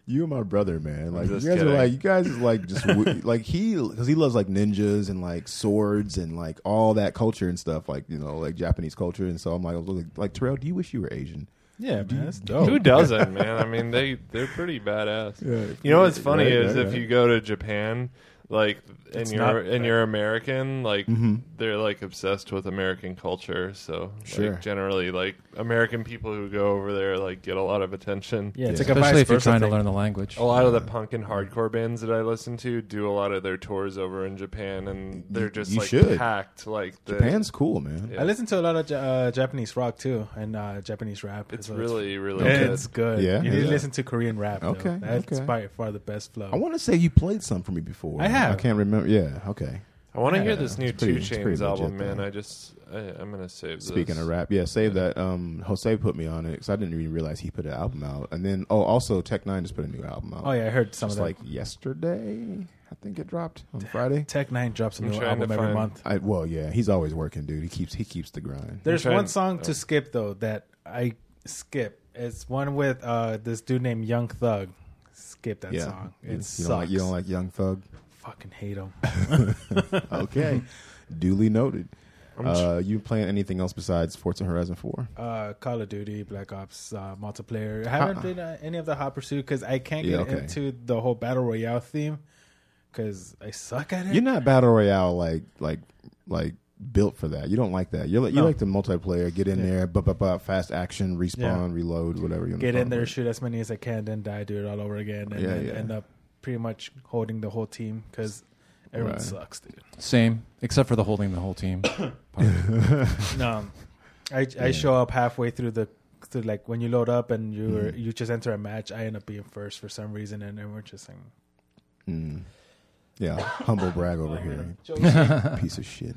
S1: You and my brother, man. Like you
S3: just
S1: guys
S3: kidding.
S1: are like you guys is like just
S5: [laughs]
S1: w- like he because he loves like ninjas and like swords and like all that culture and stuff like you know like Japanese culture and so I'm like I was like, like Terrell, do you wish you were Asian?
S5: Yeah,
S1: Do you-
S5: man, that's dope.
S1: [laughs]
S3: Who doesn't, man? I mean, they they're pretty badass. You know what's funny
S1: Right,
S3: is
S1: right,
S3: if
S1: right.
S3: you go to Japan, like, and
S5: It's
S3: you're
S5: not-
S3: and you're American, like
S1: Mm-hmm.
S3: they're like obsessed with American culture. So like,
S1: Sure.
S3: generally, like American people who go over there like get a lot of attention.
S5: Yeah, it's
S1: Yeah.
S5: like a
S4: Especially
S5: vice
S4: if you're
S5: versa
S4: trying
S5: thing. Oh.
S4: to learn the language.
S3: A lot of the punk and hardcore bands that I listen to do a lot of their tours over in Japan, and they're just
S1: you
S3: like
S1: should.
S3: packed. Like the,
S1: Japan's cool, man.
S3: Yeah.
S5: I listen to a lot of Ja- uh, Japanese rock too, and uh, Japanese rap.
S3: It's
S5: so
S3: really, really
S5: it's,
S3: good.
S5: it's good.
S1: Yeah?
S5: you need
S1: Yeah.
S5: to listen to Korean rap. though.
S1: Okay,
S5: that's
S1: okay.
S5: by far the best flow.
S1: I want to say you played some for me before.
S5: I have.
S1: I can't remember. Yeah. Okay.
S3: I want to hear
S1: Yeah,
S3: this new
S1: it's pretty-
S3: Two
S1: it's pretty
S3: Chains album,
S1: legit,
S3: man.
S1: though.
S3: I just I, I'm gonna save.
S1: Speaking
S3: this.
S1: of rap, yeah, save that. Um, Jose put me on it because I didn't even realize he put an album out. And then, oh, also Tech Nine just put a new album out.
S5: oh yeah, I heard some
S1: just
S5: of that.
S1: like yesterday, I think it dropped on Friday.
S5: Tech Nine drops a
S3: I'm
S5: new
S3: trying to
S5: album every
S3: find-
S5: month.
S1: I, well, yeah, he's always working, dude. He keeps he keeps the grind.
S5: There's
S3: trying-
S5: one song to skip though that I skip. It's one with uh, this dude named Young Thug. Skip that
S1: yeah,
S5: song.
S1: You- you
S5: It sucks.
S1: Don't like, you don't like Young
S5: [laughs]
S1: Thug?
S5: Fucking hate him. [laughs]
S1: Okay, duly noted.
S3: I'm tr-
S1: Uh, you playing anything else besides Forza Horizon Four?
S5: uh, Call of Duty, Black Ops uh, multiplayer. I haven't
S1: Huh.
S5: played uh, any of the Hot Pursuit because I can't
S1: Yeah,
S5: get
S1: okay.
S5: into the whole battle royale theme because I suck at it.
S1: You're not battle royale like like like built for that. You don't like that. You like you
S5: No.
S1: like the multiplayer. Get in there, but but but fast action, respawn,
S5: Yeah.
S1: reload, whatever you wanna
S5: get
S1: call
S5: in
S1: it.
S5: there, shoot as many as I can, then die, do it all over again, and
S1: Yeah,
S5: then
S1: yeah.
S5: end up pretty much holding the whole team because everyone
S1: Right.
S5: sucks, dude.
S4: Same, except for the holding the whole
S5: [laughs]
S4: team.
S5: No, um, I I show up halfway through the through like when you load up and you are
S1: Mm.
S5: you just enter a match. I end up being first for some reason, and everyone's just
S1: [laughs]
S5: saying,
S1: Mm. Yeah, humble brag over here. Piece of shit.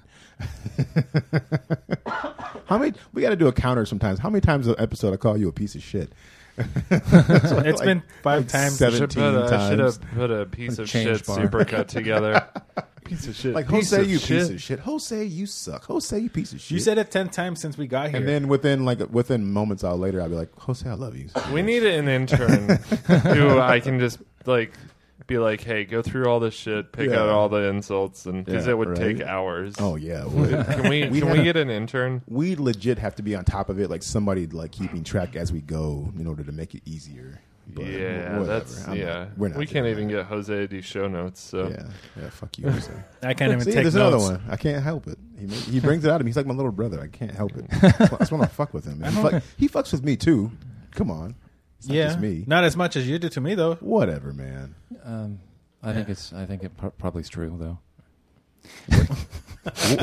S1: [laughs] How many? We got to do a counter sometimes. How many times an episode I call you a piece of shit?
S5: It's been five times.
S1: Seventeen
S3: Should put a, I should
S1: times.
S3: have put a piece
S4: A
S3: of
S4: change
S3: shit
S4: bar.
S3: supercut together.
S1: [laughs]
S3: Piece of shit.
S1: Like
S3: piece
S1: Jose,
S3: of
S1: you
S3: shit.
S1: piece of shit. Jose, you suck. Jose, you piece of shit.
S5: "You said it ten times since we got here."
S1: and then within like within moments, I'll later I'll be like, Jose, I love you.
S3: We need
S1: [laughs]
S3: an intern who I can just like be like, hey, go through all this shit, pick
S1: Yeah.
S3: out all the insults, and because
S1: Yeah,
S3: it would
S1: right.
S3: take hours.
S1: Oh yeah. it would.
S3: [laughs] Can we
S1: We'd
S3: can
S1: have-
S3: we get an intern?
S1: we legit have to be on top of it, like somebody like keeping track as we go in order to make it easier. But
S3: yeah,
S1: whatever.
S3: that's
S1: I'm not-
S3: yeah.
S1: we're not
S3: we
S1: doing
S3: can't
S1: that.
S3: even get Jose to do show notes. So
S1: Yeah, yeah. Fuck you. Jose.
S5: I [laughs] can't even
S1: See,
S5: take
S1: there's
S5: notes.
S1: another one. I can't help it. He, ma- he brings it out of me. He's like my little brother. I can't help
S5: [laughs]
S1: it. That's when I fuck with him. He, fuck, he fucks with me too. Come on. It's not
S5: yeah,
S1: just me.
S5: not as much as you do to me though.
S1: Whatever,
S5: [laughs]
S1: man.
S4: [laughs] Um, I think it's. I think it pro- probably is true though.
S1: [laughs]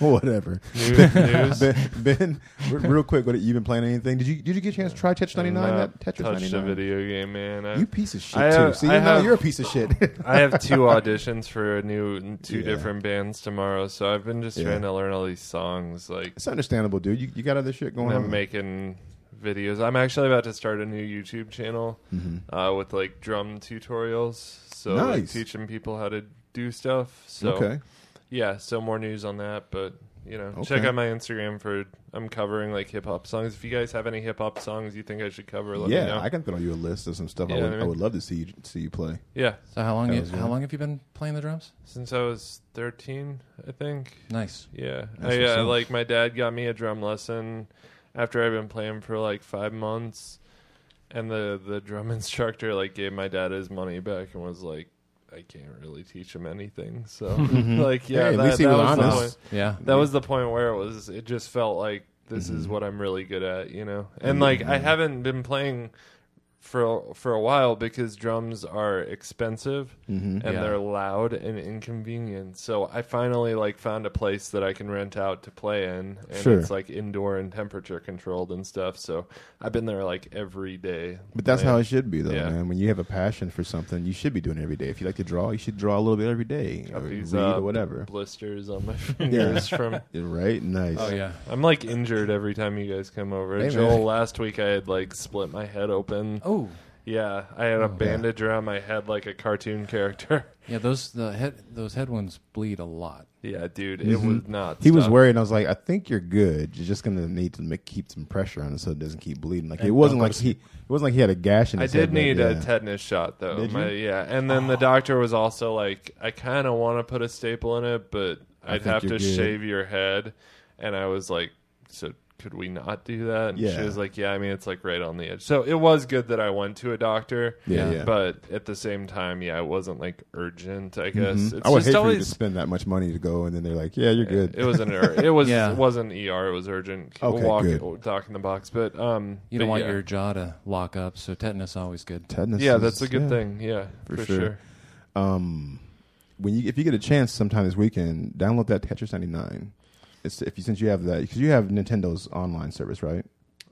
S1: Whatever. [laughs]
S3: new news.
S1: Ben, ben re- real quick, what you been playing anything? Did you did you get a chance to try Tetris 99?
S3: Not
S1: That Tetris
S3: touched a
S1: 99.
S3: video game, man. I,
S1: You piece of shit
S3: I
S1: too.
S3: have-
S1: See,
S3: I
S1: you know,
S3: have-
S1: you're a piece of
S3: [laughs]
S1: shit.
S3: I have
S1: [laughs]
S3: two auditions for a new two
S1: Yeah.
S3: different bands tomorrow, so I've been just
S1: Yeah.
S3: trying to learn all these songs, like
S1: it's understandable, dude. You, you got other shit going
S3: and
S1: on.
S3: I'm making videos. I'm actually about to start a new YouTube channel
S1: Mm-hmm.
S3: uh, with like drum tutorials, so like,
S1: Nice.
S3: teaching people how to do stuff. So
S1: okay.
S3: yeah, so more news on that, but you know, check
S1: Okay.
S3: out my Instagram for I'm covering like hip hop songs. If you guys have any hip hop songs you think I should cover, let me know.
S1: Yeah, I can throw you a list of some stuff I,
S3: Yeah,
S1: would,
S3: I
S1: I,
S3: mean-
S1: would love to see you, see you play.
S3: yeah,
S4: So how long?
S1: That
S4: You,
S1: was
S4: how
S1: good.
S4: long have you been playing the drums?
S3: since I was 13, I think.
S4: Nice.
S3: Yeah,
S1: That's
S3: I,
S1: what's
S3: uh,
S1: up.
S3: like my dad got me a drum lesson after I've been playing for like five months, and the the drum [laughs] instructor like gave my dad his money back and was like, I can't really teach him anything.
S1: [laughs]
S3: So like, yeah,
S1: Hey, at
S3: that,
S1: least he
S3: that
S1: was
S3: was
S1: honest.
S3: the point.
S4: Yeah.
S3: That was the point where it was. It just felt like this
S1: Mm-hmm.
S3: is what I'm really good at, you know. And like I haven't been playing for for a while because drums are expensive
S1: Mm-hmm.
S3: and
S4: Yeah.
S3: they're loud and inconvenient. So I finally like found a place that I can rent out to play in, and
S1: Sure.
S3: it's like indoor and temperature controlled and stuff. So I've been there like every day.
S1: But that's
S3: playing.
S1: how it should be, though,
S3: Yeah.
S1: man. When you have a passion for something, you should be doing it every day. If you like to draw, you should draw a little bit every day, or
S3: Got these,
S1: read
S3: uh,
S1: or whatever.
S3: blisters on my fingers
S1: [laughs]
S3: from
S1: Yeah, Right? Nice.
S4: Oh yeah.
S3: I'm like injured every time you guys come over.
S1: Hey, man.
S3: Joel, last week I had like split my head open.
S4: Oh.
S3: Yeah, I had
S1: Oh,
S3: a bandage around my head like a cartoon character. [laughs]
S4: Yeah. Those the head those head ones bleed a lot.
S3: Yeah, dude, it was nuts.
S1: Mm-hmm. He was worried, and I was like, "I think you're good. You're just gonna need to make, keep some pressure on it so it doesn't keep bleeding." Like it wasn't like he, it wasn't like he had a gash in
S3: I
S1: his
S3: did
S1: head, but
S3: need
S1: yeah.
S3: a tetanus shot though.
S1: Did
S3: My-
S1: you? Oh.
S3: yeah, and then the doctor was also like, "I kind of want to put a staple in it, but
S1: I
S3: I'd
S1: think
S3: have to
S1: you're good."
S3: shave your head." And I was like, "So could we not do that?" And
S1: Yeah.
S3: she was like, "Yeah, I mean it's like right on the edge." So it was good that I went to a doctor.
S1: Yeah, yeah.
S3: But at the same time, yeah, it wasn't like urgent. I guess it's
S1: Mm-hmm. Oh, I would
S3: just
S1: hate for you to
S3: always
S1: spend that much money to go, and then they're like, "Yeah, you're good."
S3: It was an er- it was
S4: Yeah.
S3: it wasn't ER. It was urgent.
S1: Okay,
S3: Walk,
S1: good.
S3: Doc in the box, but um,
S4: You don't
S3: but
S4: want
S3: yeah.
S4: your jaw to lock up, so tetanus always good.
S1: Tetanus
S3: yeah.
S1: is-
S3: That's a good
S1: yeah.
S3: thing. Yeah, for,
S1: For
S3: sure.
S1: sure. Um, when you if you get a chance sometime this weekend, download that Tetris 99. It's if you since you have that because you have Nintendo's online service, right?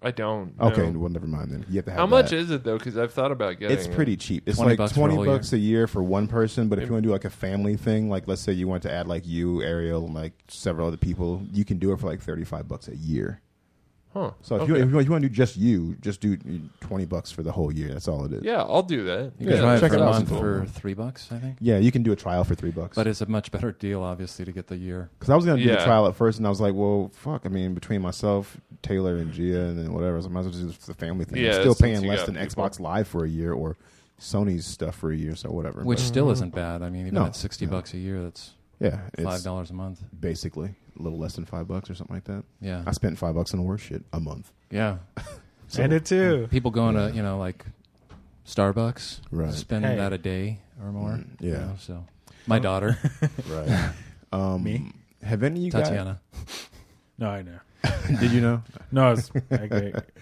S3: I don't.
S1: Okay,
S3: know.
S1: well never mind then. You have to have
S3: How much
S1: that.
S3: is it though? Because I've thought about getting.
S1: It's
S3: it.
S1: pretty cheap. It's
S4: 20
S1: like
S4: bucks for
S1: twenty
S4: the whole
S1: bucks a year for one person. But if you want to do like a family thing, like let's say you want to add like you, Ariel, and like several other people, you can do it for like thirty-five bucks a year.
S3: Huh.
S1: So if,
S3: okay.
S1: you, if you want to do just you, just do twenty bucks for the whole year. That's all it is.
S3: yeah, I'll do that.
S4: You can
S1: Yeah,
S4: try it
S1: check
S4: for
S1: it
S4: a
S1: out
S4: month
S1: sometime.
S4: for three bucks, I think.
S1: Yeah, you can do a trial for three bucks.
S4: But it's a much better deal, obviously, to get the year.
S1: Because I was gonna do the
S3: Yeah.
S1: trial at first, and I was like, "Well, fuck." I mean, between myself, Taylor, and Gia, and then whatever, so I might as well do this- the family thing.
S3: Yeah,
S1: I'm still
S3: since
S1: paying
S3: you
S1: less
S3: got
S1: than
S3: people.
S1: Xbox Live for a year or Sony's stuff for a year, so whatever.
S4: Which
S1: But,
S4: still isn't bad. I mean, even
S1: No,
S4: at sixty
S1: no.
S4: bucks a year, that's
S1: yeah,
S4: five
S1: it's
S4: dollars a month.
S1: basically a little less than five bucks or something like that.
S4: Yeah,
S1: I spent five bucks on the worst shit a month.
S4: yeah.
S5: and it too.
S4: People going to you know like Starbucks.
S1: Right. Mm,
S4: Spending
S5: Hey.
S4: that a day or more. you
S1: yeah.
S4: know, so my daughter,
S1: Right. Um,
S5: Me?
S1: [laughs] Have any of you
S4: Tatiana.
S5: No, I know.
S1: guys? [laughs] Did you know?
S5: No, it's, I, I,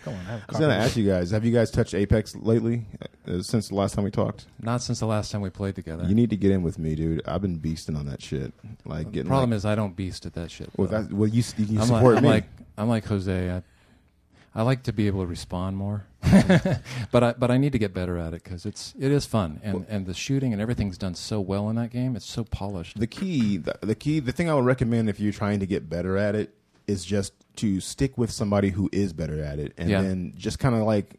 S5: come on. Have
S1: I was going to
S5: coffee.
S1: ask you guys. Have you guys touched Apex lately? Uh, since the last time we talked,
S4: Not since the last time we played together.
S1: you need to get in with me, dude. I've been beasting on that shit. Like
S4: the
S1: getting.
S4: problem
S1: like,
S4: is I don't beast at that shit.
S1: well,
S4: though.
S1: that, well, you you can
S4: I'm, like,
S1: support
S4: I'm
S1: me.
S4: like I'm like Jose. I, I like to be able to respond more, [laughs] but I but I need to get better at it because it's it is fun and and the shooting and everything's done so well in that game. It's so polished.
S1: the key, the, the key, the thing I would recommend if you're trying to get better at it is just to stick with somebody who is better at it, and
S4: Yeah.
S1: then just kind of like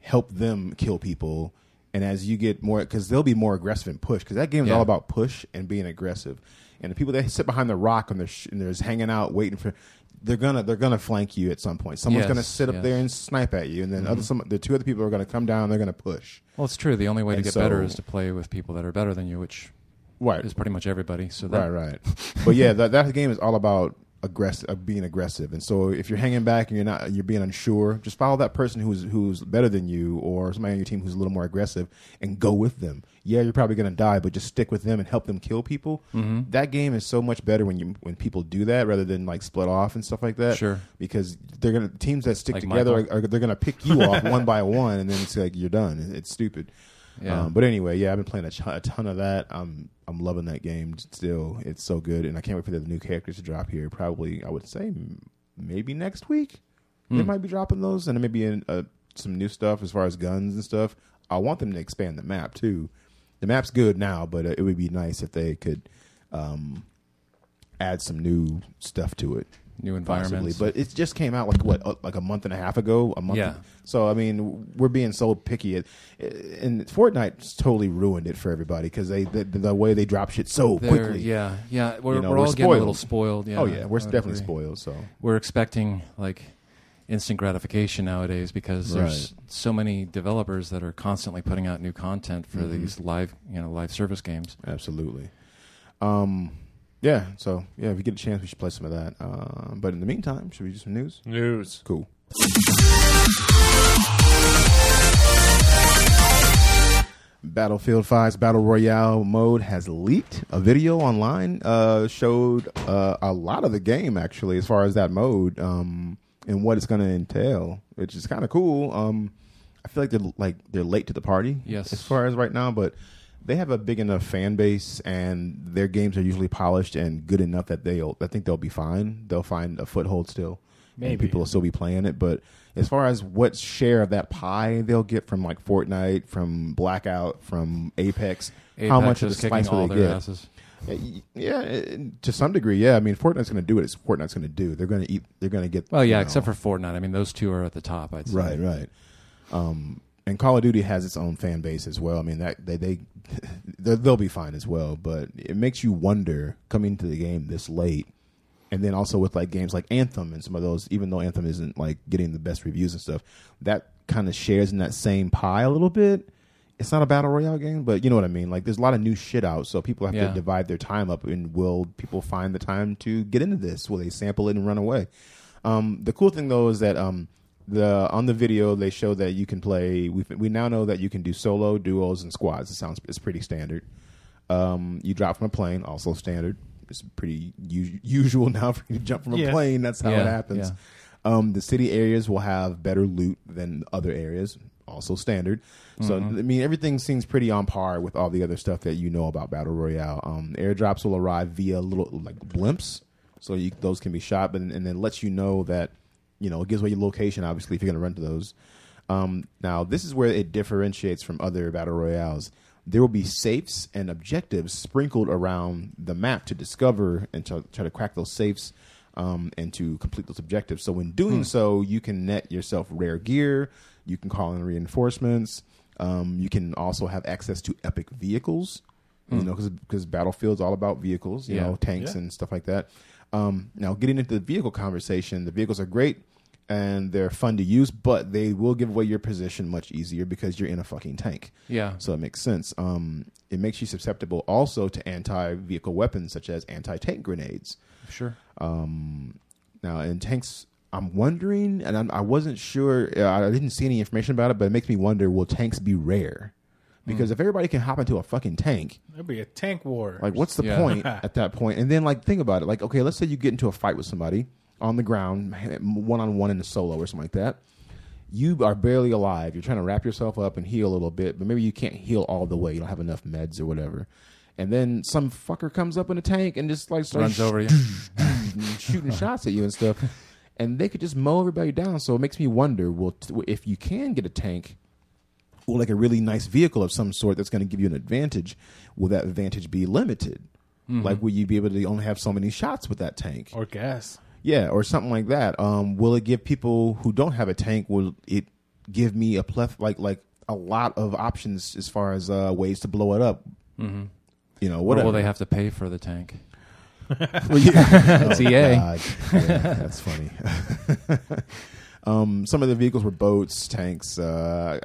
S1: help them kill people. And as you get more, because they'll be more aggressive and push, because that game is
S4: Yeah.
S1: all about push and being aggressive. And the people that sit behind the rock and they're sh- and they're just hanging out waiting for, they're gonna they're gonna flank you at some point. Someone's
S4: Yes,
S1: gonna sit up
S4: yes. Mm-hmm.
S1: there and snipe at you, and then other some the two other people are gonna come down. They're gonna push.
S4: Well, it's true. The only way to
S1: And
S4: get better
S1: so-
S4: is to play with people that are better than you, which
S1: Right,
S4: is pretty much everybody. So that,
S1: Right, right. but yeah, that, that game is all about aggressive, uh, being aggressive. And so if you're hanging back and you're not, you're being unsure, just follow that person who's who's better than you or somebody on your team who's a little more aggressive and go with them. Yeah, you're probably gonna die, but just stick with them and help them kill people.
S4: Mm-hmm.
S1: That game is so much better when you when people do that rather than like split off and stuff like that.
S4: Sure.
S1: because they're gonna teams that stick
S4: Like
S1: together
S4: Michael?
S1: are, are they're gonna pick you off one
S4: [laughs]
S1: by one, and then it's like you're done. It- It's stupid.
S4: Yeah.
S1: Um, but anyway, yeah, I've been playing a, ton- a ton of that. I'm I'm loving that game still. It's so good, and I can't wait for the new characters to drop here. Probably, I would say m- maybe next week they
S4: Hmm.
S1: might be dropping those, and maybe in uh, some new stuff as far as guns and stuff. I want them to expand the map too. The map's good now, but uh, it would be nice if they could um, add some new stuff to it.
S4: new
S1: Possibly,
S4: environments.
S1: but it just came out like what, uh, like a month and a half ago, a month.
S4: Yeah.
S1: So I mean, we're being so picky, It- and Fortnite's totally ruined it for everybody because they the, the way they drop shit so
S4: They're-
S1: quickly.
S4: yeah, yeah, we're,
S1: You know,
S4: we're,
S1: we're
S4: all getting a
S1: spoiled.
S4: little spoiled. Yeah,
S1: oh yeah, we're
S4: I would
S1: definitely
S4: agree.
S1: spoiled. So
S4: We're expecting like instant gratification nowadays because there's so many developers that are constantly putting out new content
S1: Mm-hmm.
S4: for these live, you know, live service games.
S1: absolutely. Um. Yeah. So yeah, if we get a chance, we should play some of that. Uh, but in the meantime, should we do some news?
S3: News.
S1: Cool. Battlefield 5's Battle Royale mode has leaked. A video online uh, showed uh, a lot of the game, actually, as far as that mode um, and what it's going to entail, which is kind of cool. Um, I feel like they're like they're late to the party,
S4: Yes.
S1: as far as right now, but they have a big enough fan base, and their games are usually polished and good enough that they'll. I think they'll be fine. They'll find a foothold still. and
S5: Maybe.
S1: people will still be playing it, but as far as what share of that pie they'll get from like Fortnite, from Blackout, from Apex, how
S4: Apex
S1: much of the
S4: is kicking
S1: slice
S4: all
S1: will they
S4: their
S1: get?
S4: asses.
S1: Yeah, it- to some degree, yeah. I mean, Fortnite's going to do what it's Fortnite's going to do. They're going to eat. They're going to get.
S4: Well, yeah,
S1: you know,
S4: except for Fortnite. I mean, those two are at the top. I'd say.
S1: Right, right. Um, and Call of Duty has its own fan base as well. I mean, that they [laughs] they they'll they'll be fine as well. But it makes you wonder coming into the game this late, and then also with like games like Anthem and some of those. Even though Anthem isn't like getting the best reviews and stuff, that kind of shares in that same pie a little bit. It's not a battle royale game, but you know what I mean. Like, there's a lot of new shit out, so people have
S4: Yeah.
S1: to divide their time up. And will people find the time to get into this? Will they sample it and run away? Um, the cool thing though is that um, the on the video they show that you can play. We we now know that you can do solo, duos, and squads. It sounds it's pretty standard. Um, you drop from a plane, also standard. It's pretty u- usual [laughs] now for you to jump from a
S5: Yeah.
S1: plane. That's how it
S4: Yeah,
S1: happens.
S4: yeah.
S1: Um, the city areas will have better loot than other areas, also standard. So
S4: Mm-hmm.
S1: I mean, everything seems pretty on par with all the other stuff that you know about battle royale. Um, airdrops will arrive via little like blimps, so you, those can be shot, but, and then lets you know that you know it gives away your location. Obviously, if you're going to run to those. Um, now, this is where it differentiates from other battle royales. There will be safes and objectives sprinkled around the map to discover and to try to crack those safes um, and to complete those objectives. So, when doing so, you can net yourself rare gear, you can call in reinforcements, um, you can also have access to epic vehicles. You know, because Battlefield's all about vehicles, you
S4: Yeah.
S1: know, tanks
S5: Yeah.
S1: and stuff like that. Um, now, getting into the vehicle conversation, the vehicles are great and they're fun to use, but they will give away your position much easier because you're in a fucking tank.
S4: Yeah.
S1: So it makes sense. Um, it makes you susceptible also to anti vehicle weapons such as anti tank grenades.
S4: Sure.
S1: Um, Now, and tanks I'm wondering, and I'm, I wasn't sure. uh, I didn't see any information about it, but it makes me wonder: Will tanks be rare? Because if everybody can hop into a fucking tank,
S5: It'd be a tank war.
S1: like, what's the
S4: Yeah. [laughs]
S1: point at that point? And then, like, think about it. Like, okay, let's say you get into a fight with somebody on the ground, one on one in a solo or something like that. You are barely alive. You're trying to wrap yourself up and heal a little bit, but maybe you can't heal all the way. You don't have enough meds or whatever. And then some fucker comes up in a tank and just like starts
S4: Runs
S1: [clears throat]
S4: over you.
S1: and shooting shots at you and stuff, and they could just mow everybody down. So it makes me wonder: Well, t- if you can get a tank, or like a really nice vehicle of some sort that's going to give you an advantage, will that advantage be limited?
S4: Mm-hmm.
S1: Like, will you be able to only have so many shots with that tank?
S5: or gas.
S1: Yeah, or something like that. Um, will it give people who don't have a tank? Will it give me a pleth like like a lot of options as far as uh, ways to blow it up? You know,
S4: Mm-hmm. Or
S1: whatever.
S4: will they have to pay for the tank?
S1: Well, yeah.
S4: [laughs]
S1: Oh,
S4: It's E EA.
S1: God. Yeah, that's funny. [laughs] um, some of the vehicles were boats, tanks. Uh,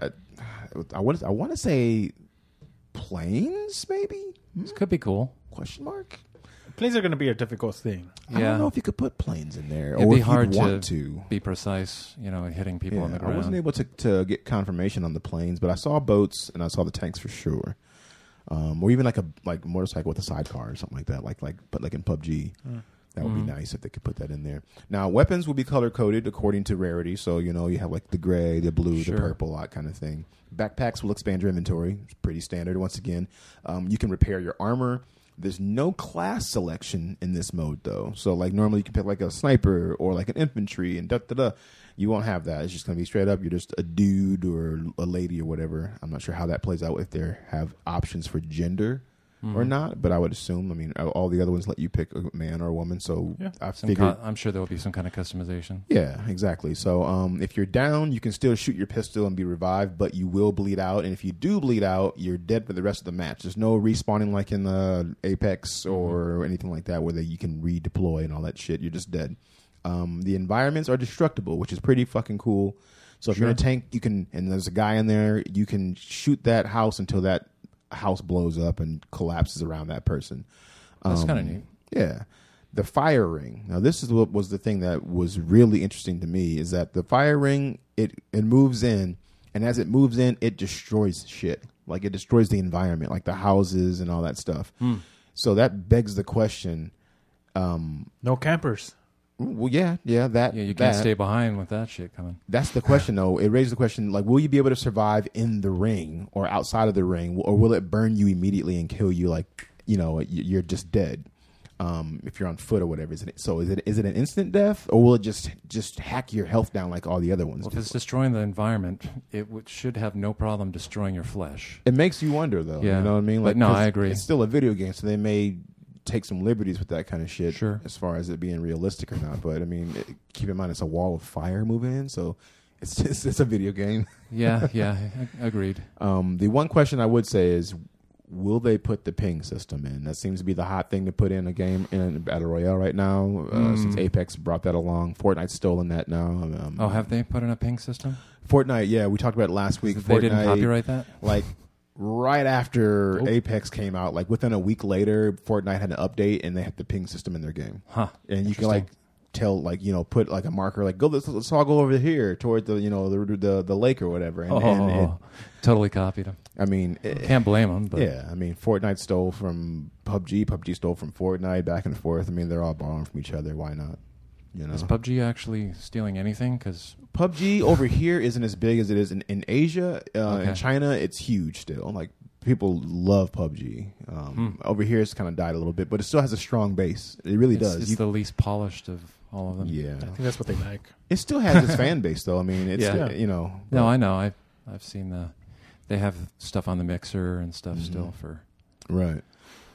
S1: I, I want. I want to say planes, maybe? Hmm?
S4: This could be cool.
S1: Question mark.
S5: Planes are going to be a difficult thing.
S1: I
S4: Yeah.
S1: don't know if you could put planes in there,
S4: It'd
S1: or
S4: be
S1: if
S4: hard
S1: you'd want to.
S4: be precise, you know, in hitting people
S1: Yeah,
S4: on the
S1: I
S4: ground.
S1: wasn't able to, to get confirmation on the planes, but I saw boats and I saw the tanks for sure. Um, or even like a like motorcycle with a sidecar or something like that, like like but like in PUBG.
S4: Mm.
S1: That would
S4: Mm-hmm.
S1: be nice if they could put that in there. Now, weapons will be color coded according to rarity, so you know you have like the gray, the blue,
S4: Sure.
S1: the purple, that kind of thing. Backpacks will expand your inventory. It's pretty standard. Once again, um, you can repair your armor. There's no class selection in this mode though, so like normally you can pick like a sniper or like an infantry and da da da. You won't have that. It's just gonna be straight up. You're just a dude or a lady or whatever. I'm not sure how that plays out if they have options for gender
S4: Hmm.
S1: or not, but I would assume. I mean, all the other ones let you pick a man or a woman, so
S5: Yeah.
S1: I
S4: Some
S1: figured
S4: co- I'm sure there will be some kind of customization.
S1: yeah, exactly. So um, if you're down, you can still shoot your pistol and be revived, but you will bleed out. And if you do bleed out, you're dead for the rest of the match. There's no respawning like in the Apex or anything like that, where they, you can redeploy and all that shit. You're just dead. Um, the environments are destructible, which is pretty fucking cool. So if you're in a tank, you can, and there's a guy in there, you can shoot that house until that house blows up and collapses around that person. Um,
S4: That's kind of neat.
S1: Yeah. The fire ring. Now, this is what was the thing that was really interesting to me is that the fire ring it it moves in, and as it moves in, it destroys shit. Like it destroys the environment, like the houses and all that stuff.
S4: Hmm.
S1: So that begs the question.
S5: No campers.
S1: Well, yeah, yeah, that
S4: Yeah, you can't
S1: that.
S4: stay behind with that shit coming.
S1: That's the question, though. It raises the question: like, will you be able to survive in the ring or outside of the ring, or will it burn you immediately and kill you? Like, you know, y- you're just dead um, if you're on foot or whatever. Is it so? Is it is it an instant death, or will it just just hack your health down like all the other ones?
S4: Well, if
S1: do?
S4: it's destroying the environment, it would should have no problem destroying your flesh.
S1: It makes you wonder, though.
S4: Yeah.
S1: you know what I mean.
S4: But no,
S1: 'cause
S4: I agree.
S1: It's still a video game, so they may take some liberties with that kind of shit.
S4: Sure.
S1: As far as it being realistic or not, but I mean, it, keep in mind it's a wall of fire moving in, so it's [laughs] just, it's a video game.
S4: Yeah, [laughs] yeah, a- agreed.
S1: Um, the one question I would say is, will they put the ping system in? That seems to be the hot thing to put in a game in a battle royale right now. Uh,
S4: Hmm.
S1: Since Apex brought that along, Fortnite's stolen that now. Um,
S4: Oh, have they put in a ping system?
S1: Fortnite, yeah, we talked about it last week.
S4: They
S1: Fortnite,
S4: didn't copyright that.
S1: like right after Apex came out, like within a week later, Fortnite had an update and they had the ping system in their game.
S4: Huh.
S1: And you can
S4: Interesting.
S1: like tell like you know put like a marker like go let's, let's all go over here toward the you know the the, the lake or whatever and,
S4: Oh,
S1: and it,
S4: totally copied them.
S1: i mean it,
S4: Can't blame them. But
S1: yeah, I mean, Fortnite stole from PUBG. PUBG stole from Fortnite. Back and forth. I mean, they're all borrowing from each other. Why not? You know,
S4: is PUBG actually stealing anything? Because
S1: PUBG over here isn't as big as it is in, in Asia. Uh,
S4: Okay.
S1: In China, it's huge still. Like people love PUBG. Um, Over here, it's kind of died a little bit, but it still has a strong base. It really
S4: it's,
S1: does.
S4: it's
S1: You-
S4: the least polished of all of them.
S1: yeah,
S5: I think that's what they like.
S1: it still has its fan base though. I mean, it's
S4: Yeah.
S1: uh, you know,
S4: No, I know. I've I've seen the they have stuff on the mixer and stuff
S1: Mm-hmm.
S4: still for
S1: Right.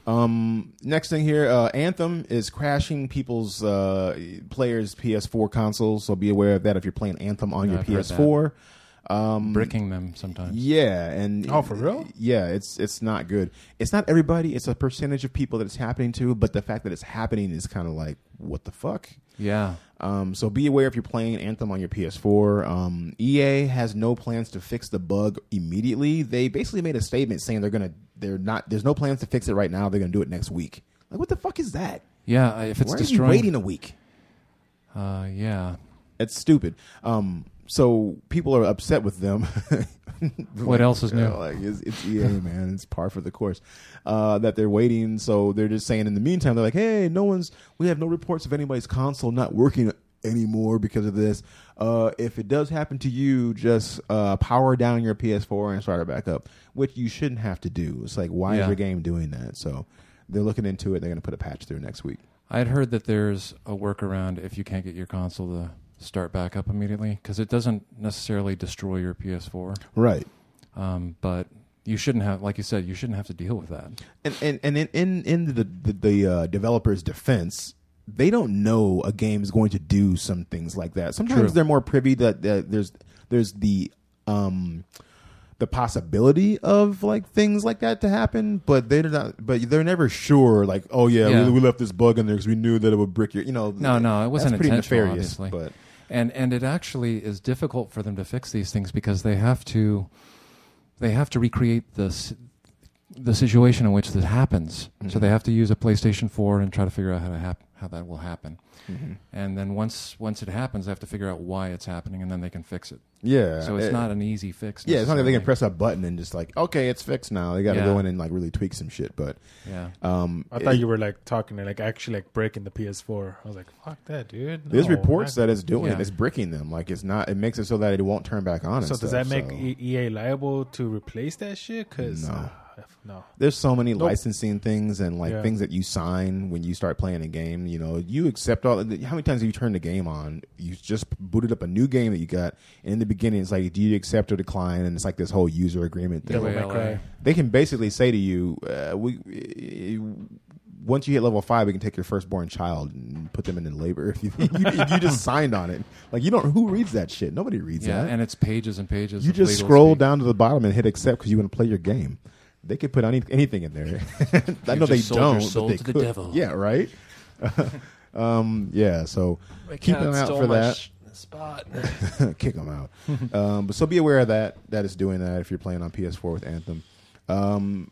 S1: Um, next thing here, uh, Anthem is crashing people's uh, players' PS4 consoles, so be aware of that if you're playing Anthem on
S4: Yeah,
S1: your
S4: I've heard
S1: PS4. Um,
S4: bricking them sometimes.
S1: yeah, and
S5: Oh, for real?
S1: Yeah, it's it's not good. It's not everybody. It's a percentage of people that it's happening to, but the fact that it's happening is kind of like what the fuck.
S4: Yeah.
S1: Um, so be aware if you're playing Anthem on your PS4. Um, EA has no plans to fix the bug immediately. They basically made a statement saying they're gonna they're not there's no plans to fix it right now. They're gonna do it next week. Like what the fuck is that?
S4: Yeah, I- if it's
S1: Why are you
S4: destroying
S1: waiting a week?
S4: uh yeah.
S1: It's stupid. Um, so people are upset with them. [laughs]
S4: What else is new?
S1: Like it's, it's
S4: [laughs]
S1: EA, man. It's par for the course. Uh, that they're waiting, so they're just saying. In the meantime, they're like, "Hey, no one's. We have no reports of anybody's console not working anymore because of this. Uh, if it does happen to you, just uh, power down your PS4 and start it back up, which you shouldn't have to do. It's like, why is
S4: Yeah.
S1: your game doing that? So they're looking into it. They're going to put a patch through next week.
S4: I'd heard that there's a workaround if you can't get your console to start back up immediately because it doesn't necessarily destroy your PS4.
S1: Right.
S4: Um, but you shouldn't have, like you said, you shouldn't have to deal with that.
S1: and and and in in, in the the, the uh, developer's defense, they don't know a game is going to do some things like that. Sometimes
S4: True.
S1: they're more privy that, that there's there's the um the possibility of like things like that to happen, but they're not. But they're never sure. Like, oh yeah,
S4: Yeah.
S1: We, we left this bug in there because we knew that it would brick your. You know,
S4: No, no, it wasn't
S1: that's pretty
S4: intentional,
S1: nefarious,
S4: obviously.
S1: but
S4: and and it actually is difficult for them to fix these things because they have to they have to recreate this the situation in which this happens so
S1: Mm-hmm.
S4: they have to use a PlayStation 4 and try to figure out how to hap- how that will happen
S1: Mm-hmm.
S4: and then once once it happens they have to figure out why it's happening and then they can fix it
S1: yeah,
S4: so it's
S1: it-
S4: not an easy fix
S1: Yeah, it's not like they can
S4: necessarily.
S1: press a button and just like, okay, it's fixed now. They got to
S4: Yeah.
S1: go in and like really tweak some shit. But
S4: yeah
S1: um,
S5: I thought you were like talking like actually like breaking the PS4. I was like, fuck that, dude. No,
S1: There's reports
S5: not-
S1: that it's doing it.
S4: Yeah.
S1: It's bricking them. Like it's not. It makes it so that it won't turn back on. and
S5: So does
S1: stuff,
S5: that make
S1: so-
S5: E- EA liable to replace that shit? Because
S1: No.
S5: no.
S1: There's so many licensing things and like
S5: Yeah.
S1: things that you sign when you start playing a game. You know, you accept all. How many times have you turned the game on? You just booted up a new game that you got, and in the beginning, it's like, do you accept or decline? And it's like this whole user agreement thing.
S5: Devil May
S4: LA.
S5: Cry.
S1: They can basically say to you, uh, we. eh, once you hit level five, we can take your firstborn child and put them into labor. [laughs] If you, you, you just signed on it, like you don't. Who reads that shit? Nobody reads
S4: yeah
S1: that.
S4: and it's pages and pages
S1: You
S4: of
S1: just
S4: legal
S1: scroll
S4: speak.
S1: down to the bottom and hit accept because you want to play your game. They could put any, anything in there. [laughs] I know
S4: just
S1: they
S4: sold your
S1: don't. but
S4: soul
S1: they
S4: to the
S1: could.
S4: devil.
S1: Yeah, right. [laughs] um, yeah, so keep an eye out for that.
S3: spot.
S1: [laughs] Kick them
S4: [laughs]
S1: out. um, but so be aware of that. That is doing that if you're playing on PS4 with Anthem.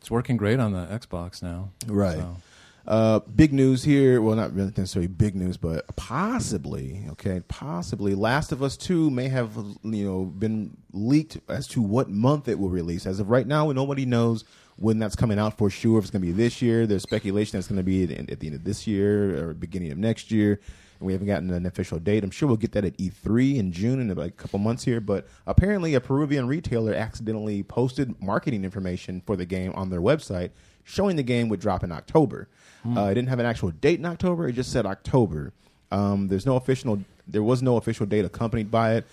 S4: it's working great on the Xbox now
S1: Right.
S4: so.
S1: Uh, big news here. Well, not really necessarily big news, but possibly, okay, possibly Last of Us 2 may have, you know, been leaked as to what month it will release. As of right now, nobody knows when that's coming out for sure. If it's going to be this year, there's speculation that's going to be at, at the end of this year or beginning of next year. And we haven't gotten an official date. I'm sure we'll get that at E3 in June in about a couple months here. But apparently, a Peruvian retailer accidentally posted marketing information for the game on their website showing the game would drop in October.
S4: Hmm.
S1: Uh, it didn't have an actual date in October. It just said October. Um, there's no official. There was no official date accompanied by it.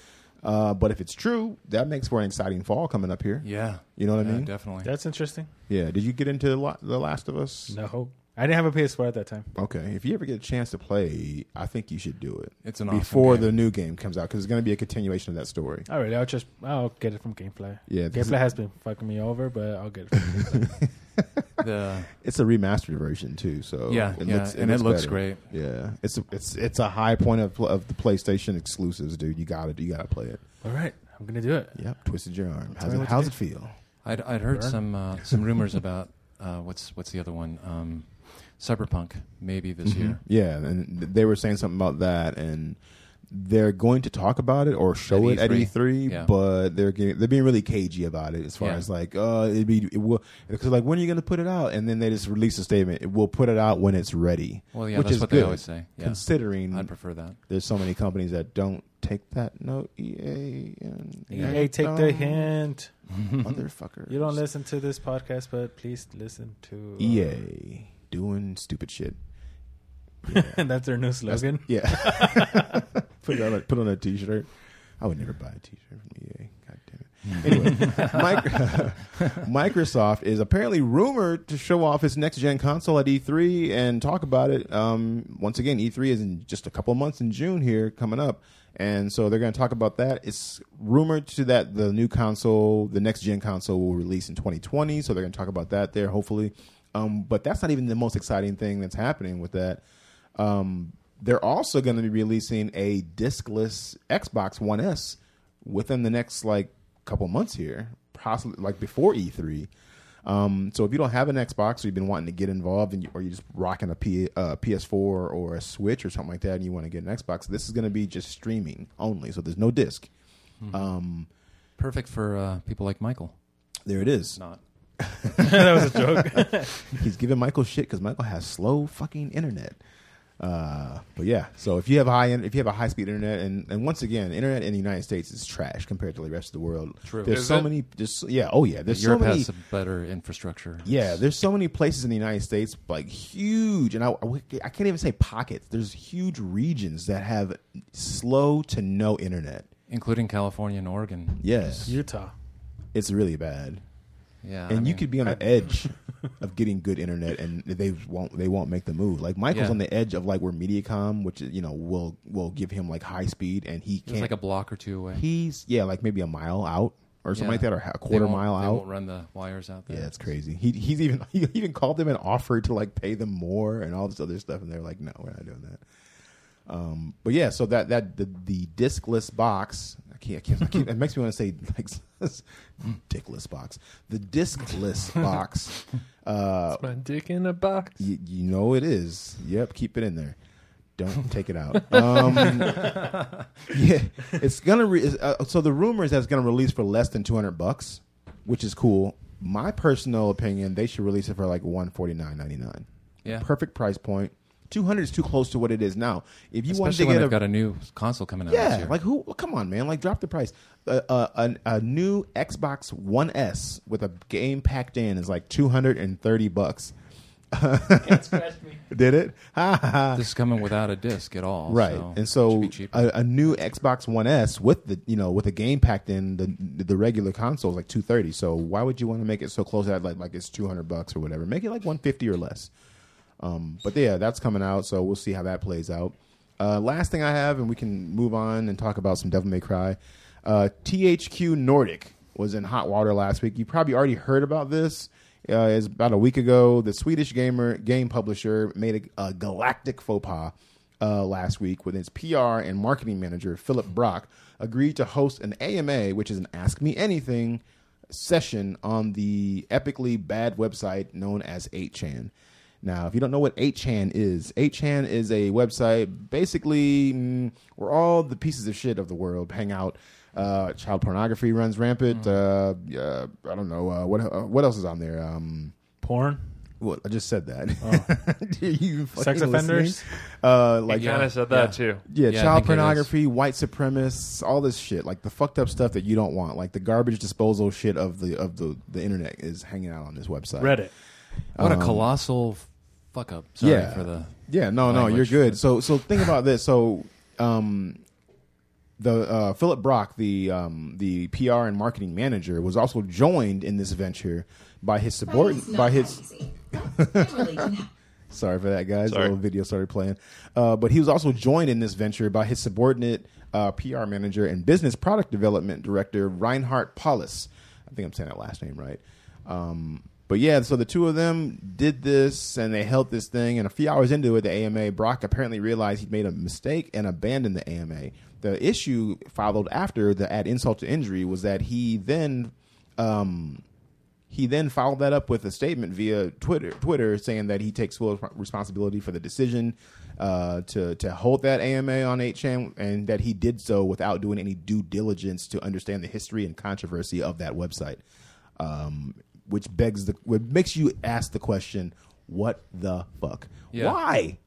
S1: Uh, but if it's true, that makes for an exciting fall coming up here.
S4: yeah
S1: You know what I
S4: Yeah,
S1: mean?
S4: definitely
S5: That's interesting.
S1: Yeah. Did you get into La- The Last of Us?
S5: No. I didn't have a PS4 at that time.
S1: Okay. If you ever get a chance to play, I think you should do it.
S4: It's an awesome
S1: before
S4: game.
S1: the new game comes out because it's going to be a continuation of that story.
S5: All right, Oh, I'll just I'll get it from GameFly.
S1: Yeah, this is-
S5: GameFly has been fucking me over, but I'll get it. From
S1: [laughs]
S4: the
S1: It's a remastered version too, so
S4: Yeah, yeah, and it looks
S1: better.
S4: great.
S1: Yeah, it's a, it's it's a high point of of the PlayStation exclusives, dude. You got to you got to play it.
S5: [laughs] All right, I'm gonna do it.
S1: Yep, twisted your arm. How's
S5: me
S1: it,
S5: what to
S1: how's
S5: do.
S1: it feel?
S4: I'd, I'd heard
S5: Burn.
S4: some uh, some rumors about uh, what's what's the other one? Um, Cyberpunk, maybe this
S1: Mm-hmm.
S4: year.
S1: Yeah, and th- they were saying something about that, and they're going to talk about it or show it
S4: At
S1: at
S4: E3.
S1: E3,
S4: Yeah.
S1: but they're getting, they're being really cagey about it as far
S4: Yeah.
S1: as like, uh, it'd be it will because like when are you going to put it out? And then they just release a statement. We'll put it out when it's ready.
S4: Well, yeah,
S1: which
S4: that's
S1: is
S4: what
S1: good,
S4: they always say. Yeah.
S1: Considering
S4: I'd prefer that.
S1: there's so many companies that don't take that note. EA and
S5: E Hey, take the
S1: Um,
S5: hint.
S4: [laughs]
S1: motherfucker.
S5: You don't listen to this podcast, but please listen to uh,
S1: EA E doing stupid shit.
S5: and [laughs] that's their new slogan.
S1: Yeah. [laughs] put it on a, put on a t-shirt. I would never buy a t-shirt from EA. God damn it. Anyway, Mic- [laughs] Microsoft is apparently rumored to show off its next gen console at E3 and talk about it. Um, once again, E3 is in just a couple of months in June here coming up. And so they're going to talk about that. It's rumored to that the new console, the next gen console, will release in 2020. So they're going to talk about that there, hopefully. Um, but that's not even the most exciting thing that's happening with that. Um, they're also going to be releasing a discless Xbox One S within the next like couple months here, possibly like before E3. E Um, so if you don't have an Xbox or you've been wanting to get involved, and you, or you're just rocking a P, uh, PS4 or a Switch or something like that, and you want to get an Xbox, this is going to be just streaming only. So there's no disc. Um,
S4: Perfect for uh, people like Michael.
S1: there it is.
S4: Not.
S5: that was a joke.
S1: He's giving Michael shit because Michael has slow fucking internet. Uh, but yeah, so if you have high in, if you have a high speed internet, and, and once again, internet in the United States is trash compared to the rest of the world. True. There's
S3: Is
S1: so
S3: it?
S1: many. Just yeah. Oh yeah. There's
S4: Europe
S1: so many.
S4: has some better infrastructure.
S1: Yeah, there's so many places in the United States, like huge, and I, I can't even say pockets. There's huge regions that have slow to no internet.
S4: including California and Oregon.
S1: Yes,
S5: Utah.
S1: it's really bad,
S4: Yeah,
S1: and
S4: I
S1: you
S4: mean,
S1: could be on the edge of getting good internet, and they won't they won't make the move. Like Michael's
S4: Yeah.
S1: on the edge of like where MediaCom, which you know will will give him like high speed, and he
S4: It's
S1: can't.
S4: like a block or two away.
S1: he's yeah, like maybe a mile out or something
S4: Yeah.
S1: like that, or a
S4: They
S1: quarter
S4: won't-
S1: mile
S4: They
S1: out.
S4: won't run the wires out there.
S1: Yeah, it's crazy. He he's even [laughs] he even called them and offered to like pay them more and all this other stuff, and they're like, no, we're not doing that. Um, but yeah, so that that the, the discless box. I can't. I can't, I can't it makes me want to say like [laughs] dickless box. The discless box. Uh,
S3: My dick in a box.
S1: you, you know it is. Yep, keep it in there.
S4: [laughs]
S1: Don't take it out. Um, yeah, it's gonna. Re- is- uh, so the rumor is that it's gonna release for less than two hundred bucks, which is cool. My personal opinion, they should release it for like one forty nine ninety nine.
S4: Yeah.
S1: perfect price point. Two hundred is too close to what it is now. If you want to
S4: Especially when
S1: get
S4: they've
S1: a,
S4: got a new console coming out. this
S1: yeah,
S4: year.
S1: like who? well, Come on, man! Like drop the price. Uh, uh, a, a new Xbox One S with a game packed in is like two hundred and thirty bucks. [laughs] Did it? Ha ha ha.
S4: this is coming without a disc at all.
S1: Right,
S4: so
S1: and
S4: it
S1: so
S4: should be cheaper.
S1: a, a new Xbox One S with the you know with a game packed in the the regular console is like two thirty. So why would you want to make it so close that like like it's two hundred bucks or whatever? Make it like one fifty or less. Um, but yeah, that's coming out, so we'll see how that plays out. Uh, last thing I have, and we can move on and talk about some Devil May Cry. Uh, THQ Nordic was in hot water last week. You probably already heard about this. Uh, it's about a week ago. The Swedish gamer game publisher made a, a galactic faux pas uh, last week when its PR and marketing manager Philip Brock agreed to host an AMA, which is an Ask Me Anything session on the epically bad website known as 8chan. Now, if you don't know what 8chan is, 8chan is a website basically mm, where all the pieces of shit of the world hang out. Uh, child pornography runs rampant.
S4: Hmm.
S1: Uh, uh, I don't know uh, what uh, what else is on there. Um,
S5: Porn.
S1: well, I just said that. [laughs]
S4: Oh.
S1: Are you
S5: Sex
S1: fucking
S5: offenders?
S1: listening? Uh, like
S3: Like kind of said that too.
S1: yeah,
S4: Yeah, I
S1: child
S4: think it is.
S1: pornography, white supremacists, all this shit, like the fucked up stuff that you don't want, like the garbage disposal shit of the of the the internet is hanging out on this website.
S5: Reddit.
S4: what a colossal f- fuck up. Sorry
S1: Um, yeah.
S4: for the.
S1: Yeah, no, no,
S4: language.
S1: you're good. So so think about this. So um the uh, Philip Brock, the um, the PR and marketing manager, was also joined in this venture by his subordinate, by his Sorry for that, guys.
S3: Sorry.
S1: The little video started playing. Uh, but he was also joined in this venture by his subordinate uh, PR manager and business product development director, Reinhard Paulus. I think I'm saying that last name right. Um, but yeah, so the two of them did this and they held this thing. And a few hours into it, the AMA, Brock apparently realized he'd made a mistake and abandoned the AMA. The issue followed after the add insult to injury was that he then he then followed that up with a statement via Twitter, Twitter saying that he takes full responsibility for the decision uh, to to hold that AMA on 8chan, and that he did so without doing any due diligence to understand the history and controversy of that website. Um, which begs the, which makes you ask the question, what the fuck?
S4: Yeah.
S1: Why?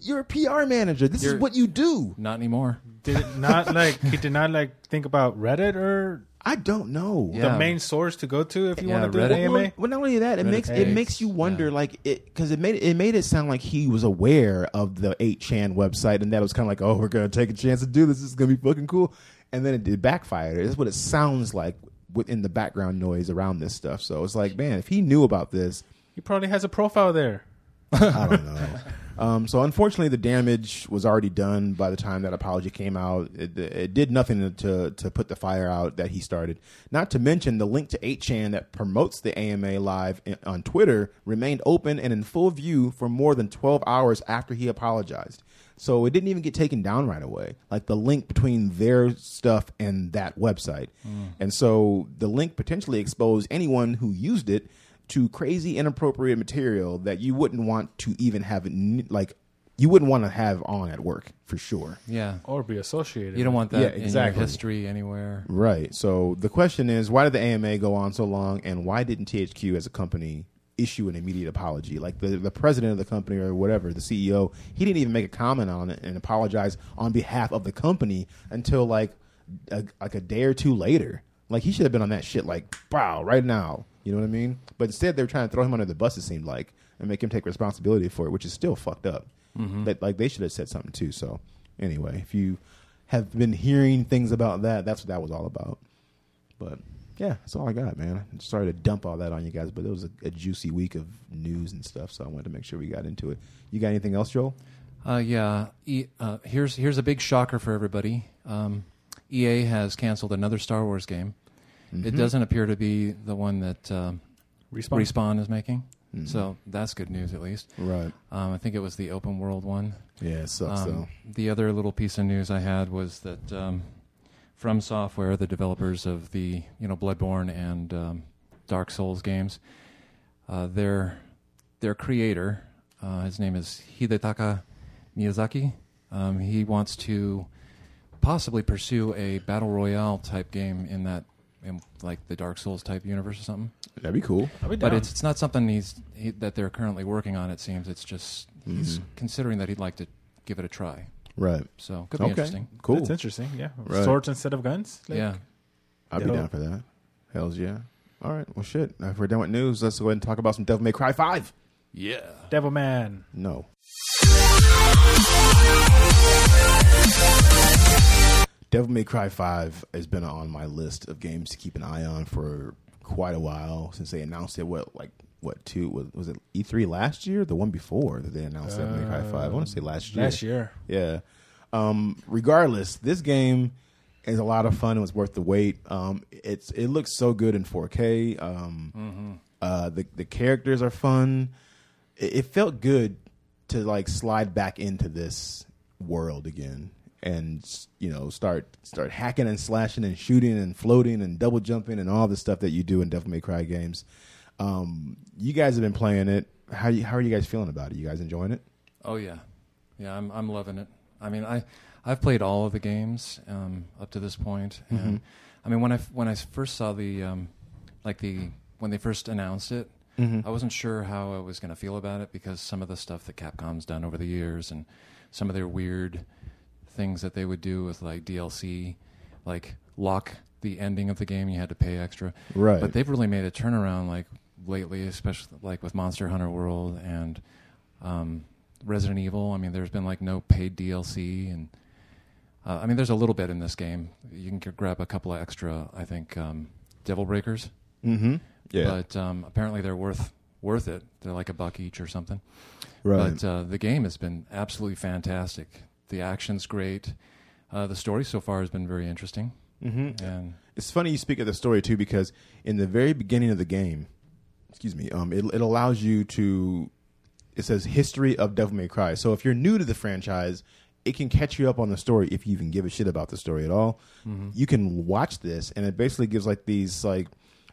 S1: You're a PR manager. This
S4: You're-
S1: is what you do.
S4: Not anymore.
S5: Did
S1: [laughs]
S5: it not like he did not like think about Reddit or
S1: I don't know.
S4: Yeah.
S5: the main source to go to if you
S4: Yeah,
S5: want to do
S4: Reddit.
S5: an AMA?
S1: Well, not only that, it makes it
S5: eggs,
S1: makes you wonder, like it because it made it made it sound like he was aware of the eight chan website, and that it was kind of like, oh, we're gonna take a chance to do this. This is gonna be fucking cool, and then it did backfire. That's what it sounds like within the background noise around this stuff. So it's like, man, if he knew about this,
S5: He probably has a profile there.
S1: I don't know. Um, so unfortunately, the damage was already done by the time that apology came out. It, it did nothing to to put the fire out that he started. Not to mention the link to 8chan that promotes the AMA live in- on Twitter remained open and in full view for more than 12 hours after he apologized. So it didn't even get taken down right away. Like the link between their stuff and that website, and so the link potentially exposed anyone who used it to crazy inappropriate material that you wouldn't want to even have n- like you wouldn't want to have on at work for sure.
S4: Yeah.
S5: or be associated.
S4: You don't want that
S1: Yeah,
S4: in
S1: exactly.
S4: your history anywhere.
S1: Right. So the question is, why did the AMA go on so long, and why didn't THQ as a company issue an immediate apology? Like the, the president of the company or whatever, the CEO, he didn't even make a comment on it and apologize on behalf of the company until like a, like a day or two later. Like he should have been on that shit like wow right now. You know what I mean? But instead, they were trying to throw him under the bus. It seemed like and make him take responsibility for it, which is still fucked up. But like they should have said something too. So anyway, if you have been hearing things about that. That's what that was all about. But yeah, that's all I got, man. I'm sorry to dump all that on you guys, but it was a, a juicy week of news and stuff, so I wanted to make sure we got into it. You got anything else, Joel?
S4: Uh, yeah. E- uh, here's here's a big shocker for everybody. Um, EA has canceled another Star Wars game.
S1: Mm-hmm.
S4: It doesn't appear to be the one that um,
S5: Respawn.
S4: Respawn is making. So that's good news, at least.
S1: Mm-hmm. Right.
S4: Um, I think it was the open world one.
S1: Yeah, it sucks
S4: Um,
S1: though.
S4: The other little piece of news I had was that um, from software, the developers of the you know Bloodborne and um, Dark Souls games, uh, their their creator, uh, his name is Hidetaka Miyazaki. Um, he wants to possibly pursue a battle royale type game in that, in like the Dark Souls type universe or something.
S1: That'd be cool.
S5: I'll be
S4: But
S5: down.
S4: it's it's not something he's he, that they're currently working on. It seems it's just he's considering that he'd like to give it a try.
S1: Right.
S4: So could be
S1: Okay.
S4: interesting.
S1: Cool.
S5: That's interesting. Yeah,
S1: Right.
S5: swords instead of guns. Like,
S4: yeah,
S1: I'd be
S5: Dope.
S1: down for that. Hell's yeah. All right. Well, shit. If we're done with news, let's go ahead and talk about some Devil May Cry Five.
S3: Yeah.
S5: Devil Man.
S1: No. Devil May Cry 5 has been on my list of games to keep an eye on for quite a while since they announced it. What, like, what, two? Was, was it E3 last year? or The one before that they announced Devil May Cry 5? I want to say last year.
S5: Last year.
S1: Yeah. Um, regardless, this game is a lot of fun. It was worth the wait. Um, it's it looks so good in 4K. Um, uh, the the characters are fun. It, it felt good to like slide back into this world again and you know start start hacking and slashing and shooting and floating and double jumping and all the stuff that you do in Devil May Cry games. Um, you guys have been playing it. How you, how are you guys feeling about it? You guys enjoying it?
S4: Oh yeah, yeah. I'm I'm loving it. I mean, I I've played all of the games um, up to this point, and I mean, when I f- when I first saw the um, like the when they first announced it,
S1: Mm.
S4: I wasn't sure how I was going to feel about it because some of the stuff that Capcom's done over the years and some of their weird things that they would do with like DLC, like lock the ending of the game, you had to pay extra.
S1: Right.
S4: But they've really made a turnaround like lately, especially like with Monster Hunter World and um, Resident Evil. I mean, there's been like no paid DLC, and uh, I mean, there's a little bit in this game. You can g- grab a couple of extra, I think, um, Devil Breakers,
S1: Mm-hmm. Yeah.
S4: but um, apparently they're worth worth it. They're like a buck each or something.
S1: right.
S4: But uh, the game has been absolutely fantastic. The action's great. Uh, the story so far has been very interesting. Mm-hmm. And
S1: it's funny you speak of the story too because in the very beginning of the game excuse me um it, it allows you to it says history of devil may cry so if you're new to the franchise it can catch you up on the story if you even give a shit about the story at all you can watch this and it basically gives like these like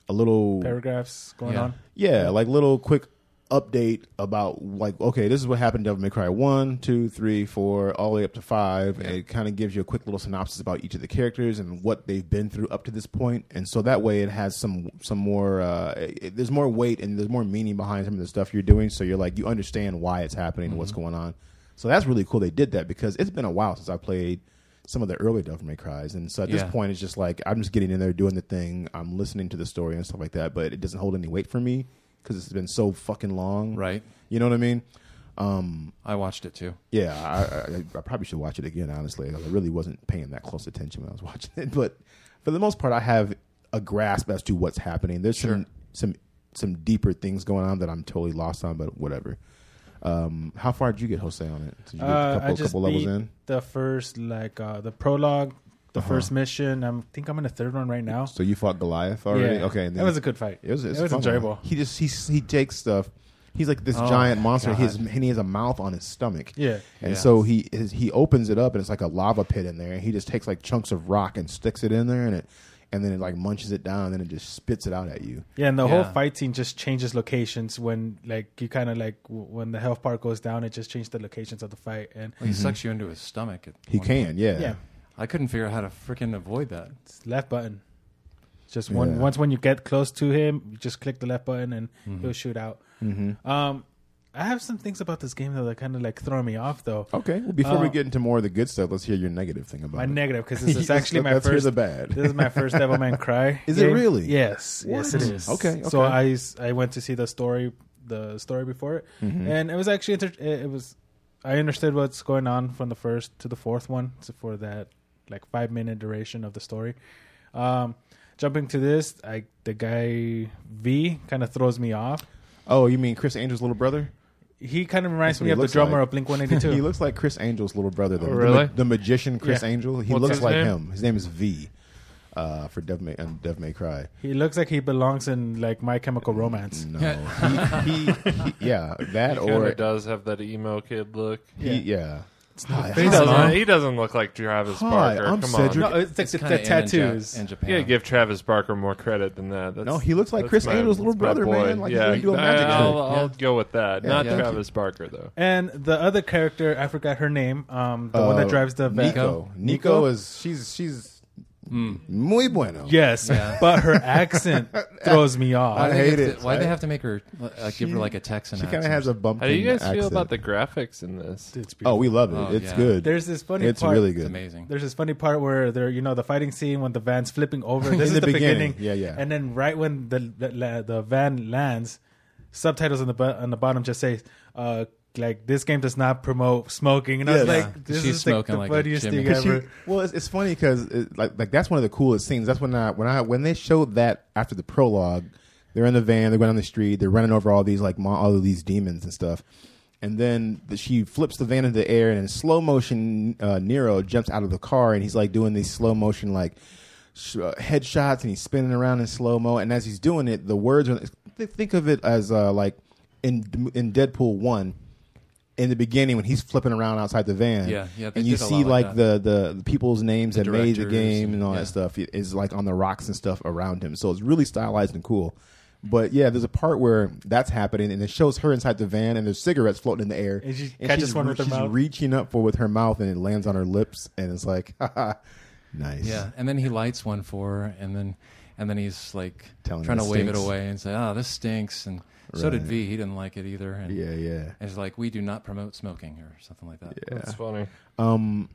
S1: a little
S5: Paragraphs going
S4: Yeah.
S5: on.
S1: yeah, like little quick update about like okay, this is what happened. in Devil May Cry one, two, three, four, all the way up to five. And it kind of gives you a quick little synopsis about each of the characters and what they've been through up to this point. And so that way, it has some some more. Uh, it, there's more weight and there's more meaning behind some of the stuff you're doing. So you're like you understand why it's happening and what's going on. So that's really cool. They did that because it's been a while since I played some of the early Devil May Cries, and so at this
S4: Yeah.
S1: point, it's just like I'm just getting in there doing the thing. I'm listening to the story and stuff like that, but it doesn't hold any weight for me because it's been so fucking long.
S4: right,
S1: You know what I mean? Um,
S4: I watched it too.
S1: Yeah, I, I, I probably should watch it again. Honestly, 'cause I really wasn't paying that close attention when I was [laughs] watching it. But for the most part, I have a grasp as to what's happening. There's some some some deeper things going on that I'm totally lost on, but whatever. Um, how far did you get Jose on it? Did you get
S5: Uh,
S1: a
S5: I
S1: couple,
S5: just
S1: couple levels
S5: beat
S1: in? Uh-huh.
S5: the first like uh, the prologue, the first mission. I'm think I'm in the third one right now.
S1: So you fought Goliath already?
S5: Yeah.
S1: Okay, and then
S5: that was a good fight.
S1: It was, it's
S5: it was
S1: fun.
S5: enjoyable.
S1: He just he he takes stuff. He's like this
S4: Oh,
S1: giant monster.
S4: God.
S1: His and he has a mouth on his stomach.
S5: Yeah.
S1: And
S4: Yeah.
S1: so he his, he opens it up and it's like a lava pit in there. And he just takes like chunks of rock and sticks it in there, and it and then it like munches it down, and then it just spits it out at you.
S5: Yeah, and the whole
S4: Yeah.
S5: fight scene just changes locations when, like, you kind of like w- when the health bar goes down, it just changed the locations of the fight. And
S4: Well, he sucks you into his stomach. At
S1: Mm-hmm. He
S4: one
S1: can,
S4: point.
S1: yeah.
S5: yeah,
S4: I couldn't figure out how to freaking avoid that.
S5: it's left button. Just one
S1: Yeah.
S5: once when you get close to him, you just click the left button and
S1: Mm-hmm.
S5: he'll shoot out. Um, I have some things about this game though that kind of like throw me off though.
S1: Okay. Well, before we
S5: Uh,
S1: get into more of the good stuff, let's hear your negative thing about
S5: My
S1: it.
S5: negative
S1: [laughs]
S5: because this
S1: Let's-
S5: is actually my
S1: let's hear
S5: first.
S1: the bad.
S5: This is
S1: [laughs]
S5: my first Devilman Cry.
S1: Is it
S5: game.
S1: really?
S5: Yes, yes, it is.
S1: Okay,
S5: So
S1: okay.
S5: I s- I went to see the story the story before it,
S1: Mm-hmm.
S5: and it was actually inter- it it was I understood what's going on from the first to the fourth one so for that like five minute duration of the story. Um, jumping to this, I the guy V kind of throws me off.
S1: Oh, you mean Chris Angel's little brother?
S5: He kind of reminds
S1: That's what
S5: me
S1: he
S5: of the
S1: looks
S5: drummer
S1: like.
S5: of Blink One
S1: [laughs]
S5: Eighty
S1: he
S5: Two.
S1: looks like Chris Angel's little brother, though.
S3: Oh, really?
S1: The, ma- the magician Chris
S5: Yeah.
S1: Angel. He
S3: What's
S1: looks
S3: his
S1: like
S3: name?
S1: him. His name is V. Uh, for Dev May, uh, Dev May Cry.
S5: He looks like he belongs in like My Chemical Romance.
S1: No, he, he, he, yeah, that
S3: He kinda
S1: or
S3: does have that emo kid look.
S1: he, yeah. Hi,
S3: He
S1: hi,
S3: doesn't.
S1: Mom.
S3: He doesn't look like Travis
S1: Hi,
S3: Barker.
S1: I'm
S3: Come
S1: Cedric.
S5: No,
S3: on,
S5: it's, like the,
S4: kinda
S5: the
S4: in and Ja-
S5: tattoos.
S4: In, Japan.
S3: you gotta give Travis Barker more credit than that. That's,
S1: No, he looks like
S3: that's
S1: Chris
S3: my-
S1: Angel's little
S3: that's my
S1: brother,
S3: boy.
S1: man. Like, he's
S3: yeah,
S1: gonna do a
S3: I-
S1: magic
S3: I'll,
S1: trick.
S3: I'll go with that.
S1: Yeah,
S3: Not
S1: thank you.
S3: Travis Barker though.
S5: And the other character, I forgot her name. Um, the one
S1: Uh,
S5: that drives the van.
S1: Nico. Nico. is she's she's
S3: Hmm.
S1: muy bueno.
S5: Yes,
S4: Yeah.
S5: but
S1: [laughs]
S5: her accent throws me
S1: I
S4: Why do
S5: off.
S4: they
S1: hate
S4: have
S1: it.
S4: To, why do
S1: I-
S4: they have to make her like, give her like a Texan?
S1: She kind of
S4: accent?
S1: has a bump.
S3: How do you guys feel about the graphics in this?
S5: It's
S1: Oh,
S5: beautiful.
S1: we love it.
S4: Oh,
S1: it's
S4: yeah.
S1: good.
S5: there's this funny.
S1: it's
S5: part,
S1: really
S4: It's
S1: good.
S4: amazing.
S5: There's this funny part where they're you know the fighting scene when the van's flipping over.
S1: [laughs]
S5: This
S1: In
S5: is
S1: the
S5: the,
S1: beginning.
S5: beginning.
S1: Yeah, yeah.
S5: And then right when the the, la- the van lands, subtitles on the bu- on the bottom just say. Uh, like this game does not promote smoking, and I
S1: Yes.
S5: was like, "This
S4: She's
S5: is like
S4: smoking
S5: the
S4: like a
S5: funniest
S4: chimney.
S5: thing
S4: But
S1: She-
S5: ever."
S1: well, it's, it's funny because it, like like that's one of the coolest scenes. That's when I when I when they showed that after the prologue, they're in the van, they're going down the street, they're running over all these like mo- all of these demons and stuff, and then the, she flips the van into the air and in slow motion, uh, Nero jumps out of the car and he's like doing these slow motion like sh- uh, headshots and he's spinning around in slow mo, and as he's doing it, the words are th- think of it as uh, like in in Deadpool one. In the beginning, when he's flipping around outside the van,
S4: Yeah, yeah, they
S1: and you
S4: did a lot
S1: see
S4: like
S1: like
S4: that.
S1: the the the, the people's names that made the
S4: directors
S1: game
S4: and-
S1: and all
S4: yeah.
S1: that stuff is like on the rocks and stuff around him. So it's really stylized and cool. But yeah, there's a part where that's happening, and it shows her inside the van, and there's cigarettes floating in the air,
S5: And she catches
S1: she's,
S5: one with her
S1: she's
S5: mouth.
S1: reaching up for with her mouth, and it lands on her lips, and it's like, [laughs] haha, nice.
S4: Yeah, and then he lights one for her, and then and then he's like
S1: Telling her
S4: trying to
S1: it
S4: wave it
S1: stinks.
S4: away and say, "Oh, this stinks." And so did
S1: Right.
S4: V. He didn't like it either. And
S1: yeah, yeah.
S4: and he's like, "We do not promote smoking" or something like that.
S3: That's funny.
S1: um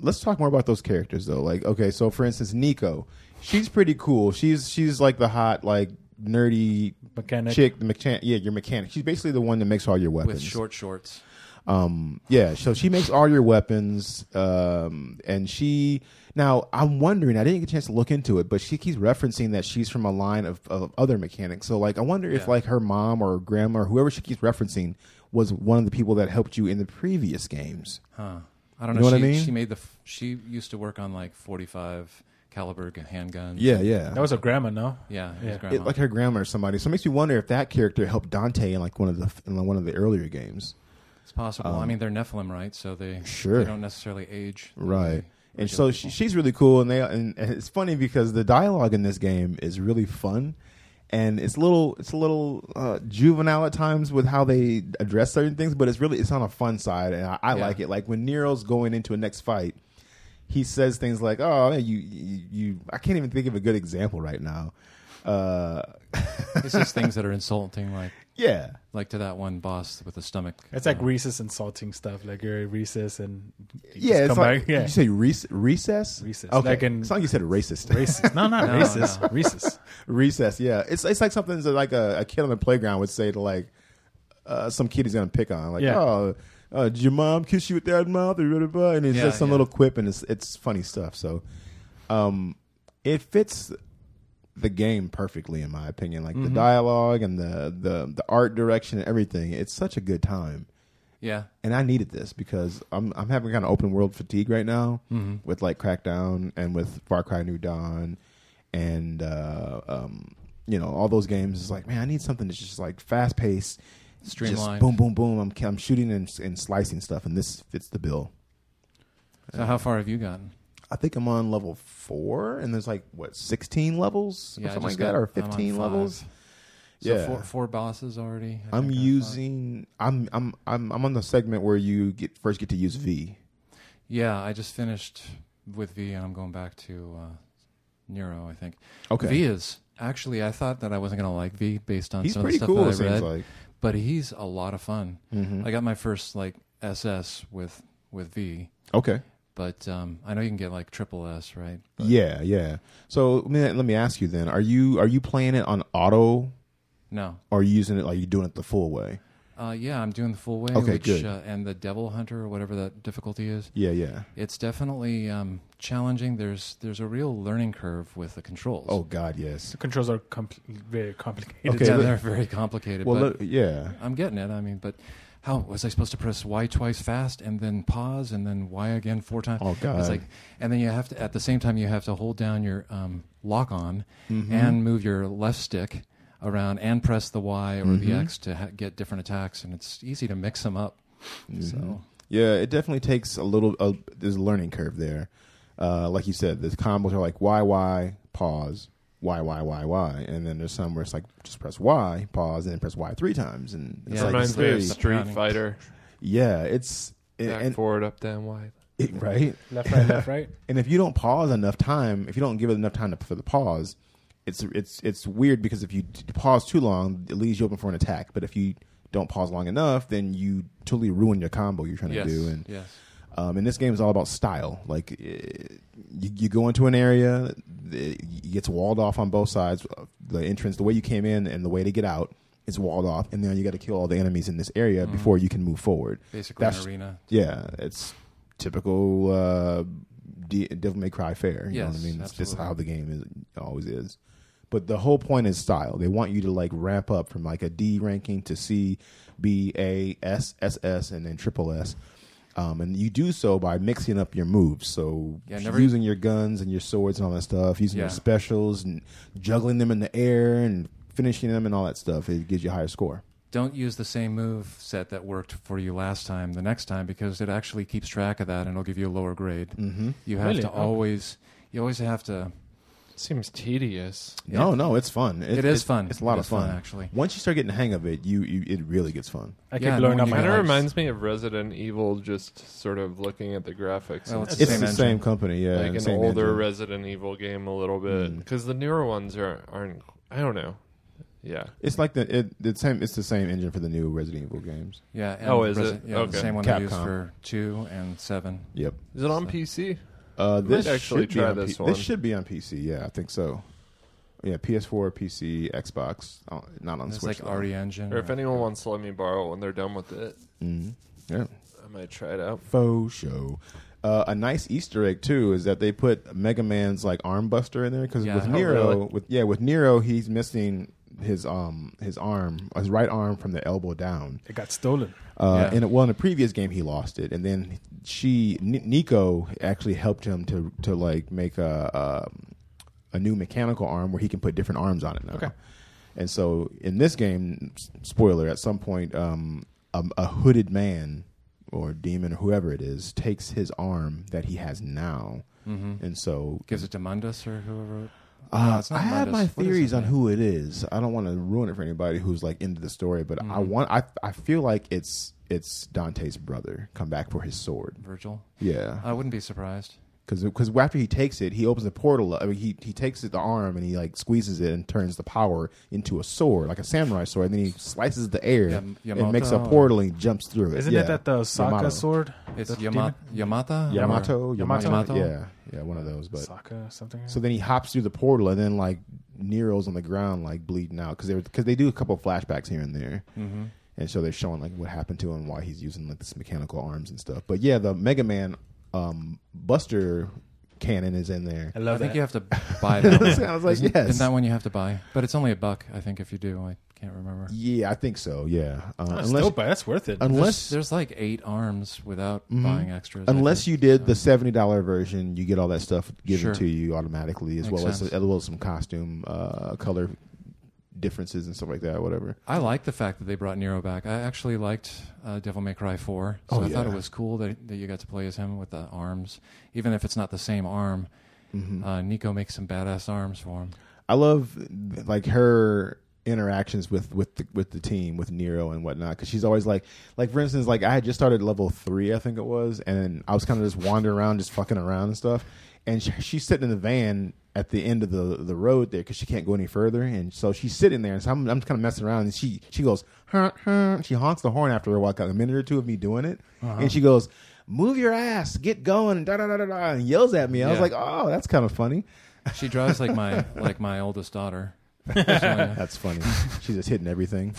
S1: let's talk more about those characters though like okay so for instance nico she's pretty cool she's she's like the hot like nerdy
S5: Mechanic.
S1: chick the mechanic yeah your mechanic she's basically the one that makes all your weapons
S4: With short shorts,
S1: um yeah so she makes all your weapons um and she now i'm wondering i didn't get a chance to look into it but she keeps referencing that she's from a line of, of other mechanics so like i wonder if
S4: Yeah.
S1: like her mom or grandma or whoever she keeps referencing was one of the people that helped you in the previous games
S4: huh? I don't
S1: You
S4: know.
S1: know what I
S4: she,
S1: mean?
S4: she made the. f- She used to work on like forty-five caliber g- handguns.
S1: yeah yeah
S5: That was her grandma, no?
S4: yeah. His
S5: Yeah. It-
S4: grandma.
S1: it, like her grandma or somebody. So it makes me wonder if that character helped Dante in like one of the in like, one of the earlier games,
S4: it's possible. I mean, they're Nephilim, right? So they
S1: Um, Sure.
S4: they don't necessarily age.
S1: right? And so
S4: Regular
S1: she, she's really cool, and they and, and it's funny because the dialogue in this game is really fun, and it's little it's a little uh, juvenile at times with how they address certain things, but it's really it's on a fun side, and I, I
S4: Yeah.
S1: like it. Like when Nero's going into a next fight. He says things like, "Oh, you, you, you I can't even think of a good example right now." Uh, [laughs]
S4: It's just things that are insulting, like
S1: yeah,
S4: like to that one boss with the stomach. Uh,
S5: It's like recess insulting stuff. Like you're at recess and you
S1: Yeah,
S5: just
S1: it's
S5: come
S1: like
S5: back. [laughs] Yeah.
S1: you say rec- recess.
S5: Recess.
S1: Okay,
S5: Like in-
S1: it's like you said racist.
S5: Racist. No, not
S4: [laughs] No,
S5: racist.
S4: no.
S5: Racist.
S1: recess. Yeah, it's it's like something that like a, a kid on the playground would say to like uh, some kid he's gonna pick on. Like,
S5: Yeah.
S1: oh, uh, did your mom kiss you with that mouth? Or blah, blah, blah, And it's
S4: Yeah,
S1: just some
S4: yeah.
S1: little quip, and it's it's funny stuff. So, um, it fits the game perfectly in my opinion. Like the dialogue and the the the art direction and everything. It's such a good time
S4: Yeah.
S1: and I needed this because I'm I'm having kind of open world fatigue right now
S4: Mm-hmm.
S1: with like Crackdown and with Far Cry New Dawn and uh, um, you know all those games. It's like man, I need something that's just like fast paced, just
S4: Streamlined.
S1: boom, boom, boom. I'm I'm shooting and, and slicing stuff, and this fits the bill.
S4: So how far have you gotten?
S1: I think I'm on level four, and there's like what 16 levels or
S4: Yeah, I
S1: something like
S4: just
S1: that,
S4: got-
S1: or
S4: I'm on
S1: 15
S4: five.
S1: levels.
S4: So
S1: yeah,
S4: four, four bosses already. I
S1: I'm
S4: think, uh,
S1: using. I'm I'm I'm I'm on the segment where you get first get to use V.
S4: Yeah, I just finished with V, and I'm going back to uh, Nero. I think.
S1: Okay.
S4: V is actually. I thought that I wasn't gonna like V based on
S1: He's
S4: some of
S1: pretty
S4: the stuff
S1: cool.
S4: that I
S1: It seems
S4: read,
S1: like. Mm-hmm.
S4: but he's a lot of fun. I got my first like SS with with V,
S1: Okay.
S4: but um, I know you can get like triple S, right? But
S1: Yeah, yeah. So let me, let me ask you then: Are you are you playing it on auto,
S4: No.
S1: or are you using it like you're doing it the full way?
S4: Uh, yeah, I'm doing the full way.
S1: Okay,
S4: which,
S1: good.
S4: Uh, and the Devil Hunter or whatever that difficulty is.
S1: Yeah, yeah.
S4: It's definitely um, challenging. There's there's a real learning curve with the controls.
S1: Oh God, yes.
S5: The controls are compl- very complicated.
S1: Okay,
S4: yeah,
S1: but-
S4: they're very complicated.
S1: Well,
S4: but
S1: let- yeah.
S4: I'm getting it. I mean, but how was I supposed to press Y twice fast and then pause and then Y again four times?
S1: Oh, God.
S4: [laughs] It's like, and then you have to at the same time you have to hold down your um, lock on
S1: Mm-hmm.
S4: and move your left stick around and press the Y or the X to ha- get different attacks, and it's easy to mix them up. So
S1: Mm-hmm. Yeah, it definitely takes a little. Uh, there's a learning curve there. Uh, like you said, the combos are like Y Y pause Y Y Y Y, and then there's some where it's like just press Y pause and then press Y three times, and it's
S4: Yeah,
S1: like
S3: Reminds
S1: it's
S3: me of
S1: very-
S4: Stop
S3: Street
S4: running.
S3: Fighter.
S1: yeah, it's and,
S3: Back,
S1: and-
S3: forward, up, down, wide.
S1: it- right.
S5: left, right, left, right.
S1: And if you don't pause enough time, if you don't give it enough time to, for the pause, it's it's it's weird because if you d- pause too long, it leaves you open for an attack. But if you don't pause long enough, then you totally ruin your combo you're trying
S4: yes,
S1: to do. And
S4: yes,
S1: um, and this game is all about style. Like eh, you, you go into an area, it gets walled off on both sides. uh, The entrance, the way you came in, and the way to get out is walled off. And then you got to kill all the enemies in this area before you can move forward.
S4: Mm-hmm. basically
S1: That's-
S4: an arena.
S1: Yeah, it's typical uh, D- Devil May Cry fare. You know what I
S4: Yes,
S1: mean? It's just
S4: absolutely.
S1: how the game is always is. But the whole point is style. They want you to like ramp up from like a D ranking to C, B, A, S, S, S, and then triple S. Um, and you do so by mixing up your moves. So
S4: Yeah, never-
S1: using your guns and your swords and all that stuff, using your
S4: Yeah.
S1: specials and juggling them in the air and finishing them and all that stuff. It gives you a higher score.
S4: don't use the same move set that worked for you last time the next time because it actually keeps track of that and it'll give you a lower grade.
S1: Mm.
S4: Mm-hmm. You have
S5: Really?
S4: to
S5: Okay.
S4: always, you always have to.
S3: Seems tedious.
S1: No, no, it's fun.
S4: It is fun.
S1: It's a lot
S4: It
S1: of
S4: is fun,
S1: fun,
S4: actually.
S1: Once you start getting the hang of it, you, you it really gets fun.
S5: I
S4: Yeah,
S5: keep blowing
S4: no
S5: up
S4: one
S5: my
S4: can-
S3: Kind of
S5: lights.
S3: reminds me of Resident Evil, just sort of looking at the graphics.
S4: Well,
S3: and
S4: it's
S1: It's
S4: Same
S1: the
S4: engine.
S1: same company, yeah.
S3: like an
S1: same
S3: older
S1: engine. Hmm.
S3: Resident Evil game a little bit because the newer ones are aren't. I don't know. Yeah,
S1: It's like the it, the same. It's the same engine for the new Resident Evil games.
S4: Yeah. And
S3: Oh, is
S4: Resi-
S3: it?
S4: Yeah,
S3: Okay.
S4: the same one they use
S1: Capcom.
S4: for two and seven.
S1: Yep.
S3: is it on PC?
S1: Uh, this
S3: actually
S1: should be
S3: try
S1: on
S3: this
S1: P-
S3: one.
S1: This should be on PC. Yeah, I think so. Yeah, PS4, PC, Xbox, uh, not on
S4: It's
S1: Switch.
S4: like
S1: though.
S4: RE Engine.
S3: Or if anyone wants to let me borrow it when they're done with it,
S1: Mhm. Yeah.
S3: I might try it out.
S1: Faux show. Uh, a nice Easter egg too is that they put Mega Man's like arm buster in there because
S4: Yeah.
S1: with
S4: Oh,
S1: Nero,
S3: really?
S1: with yeah, with Nero, he's missing his um his arm, his right arm from the elbow down.
S5: It got stolen.
S1: Uh,
S4: Yeah.
S1: And it, well, in the previous game, he lost it, and then she, N- Nico, actually helped him to to like make a, um, a a new mechanical arm where he can put different arms on it now.
S5: Okay.
S1: And so in this game, s- spoiler, at some point, um, a, a hooded man or demon or whoever it is takes his arm that he has now, and so
S4: gives it to Mundus or whoever.
S1: uh,
S4: No, it's not
S1: I have
S4: Mundus.
S1: my
S4: What is
S1: theories
S4: his
S1: on
S4: name?
S1: who it is. I don't want to ruin it for anybody who's like into the story, but I want I I feel like it's it's Dante's brother come back for his sword.
S4: Virgil.
S1: Yeah,
S4: I wouldn't be surprised.
S1: because after he takes it, he opens the portal. I mean, he he takes it, the arm and he like squeezes it and turns the power into a sword, like a samurai sword. And then he slices the air
S4: Yam-
S1: and makes a
S4: Yamato.
S1: portal and he jumps through it.
S5: Isn't
S1: yeah.
S5: it that the Sokka
S1: Yamato.
S5: sword?
S4: It's
S5: The
S4: Yama- Yamata. or-
S1: Yamato, Yamato,
S4: uh, Yamato?
S1: yeah, yeah, one of those. But
S5: demon? Sokka something.
S1: So then he hops through the portal, and then like Nero's on the ground, like bleeding out, because they because they do a couple flashbacks here and there, mm-hmm. and so they're showing like what happened to him, why he's using like this mechanical arms and stuff. But yeah, the Mega Man um, Buster cannon is in there.
S5: I
S4: I
S5: love
S4: think
S5: that. [laughs]
S4: you have to buy
S1: [laughs]
S4: that. one.
S1: I was like,
S4: Isn't-
S1: yes.
S4: Isn't that one you have to buy? But it's only a buck, I think, if you do. I can't remember.
S1: Yeah, I think so. Yeah, uh,
S5: That's
S1: unless Uh,
S5: dope, but that's worth it.
S1: unless Mm-hmm.
S4: There's, there's like eight arms without buying extras. I
S1: unless
S4: think.
S1: you did the seventy dollar version, you get all that stuff given
S4: Um, Sure.
S1: to you automatically, as
S4: Makes
S1: well as
S4: sense.
S1: as well as some costume uh, color differences and stuff like that, or whatever.
S4: I like the fact that they brought Nero back. I actually liked uh, Devil May Cry 4. So
S1: Oh,
S4: I thought
S1: yeah.
S4: it was cool that, that you got to play as him with the arms. Even if it's not the same arm,
S1: Mm-hmm.
S4: uh, Nico makes some badass arms for him.
S1: I love like her interactions with with the, with the team with Nero and whatnot because she's always like like for instance like I had just started level three I think it was and I was kind of just wandering around just fucking around and stuff and she, she's sitting in the van at the end of the the road there because she can't go any further and so she's sitting there and so I'm I'm kind of messing around and she she goes honk, honk. she honks the horn after a while, like a minute or two of me doing it and she goes. Move your ass, get going, and da da da da da, and yells at me. I was
S4: Yeah.
S1: like, "Oh, that's kind of funny."
S4: She drives
S1: [laughs]
S4: like my like my oldest daughter. Sonya.
S1: That's funny. She's just hitting everything.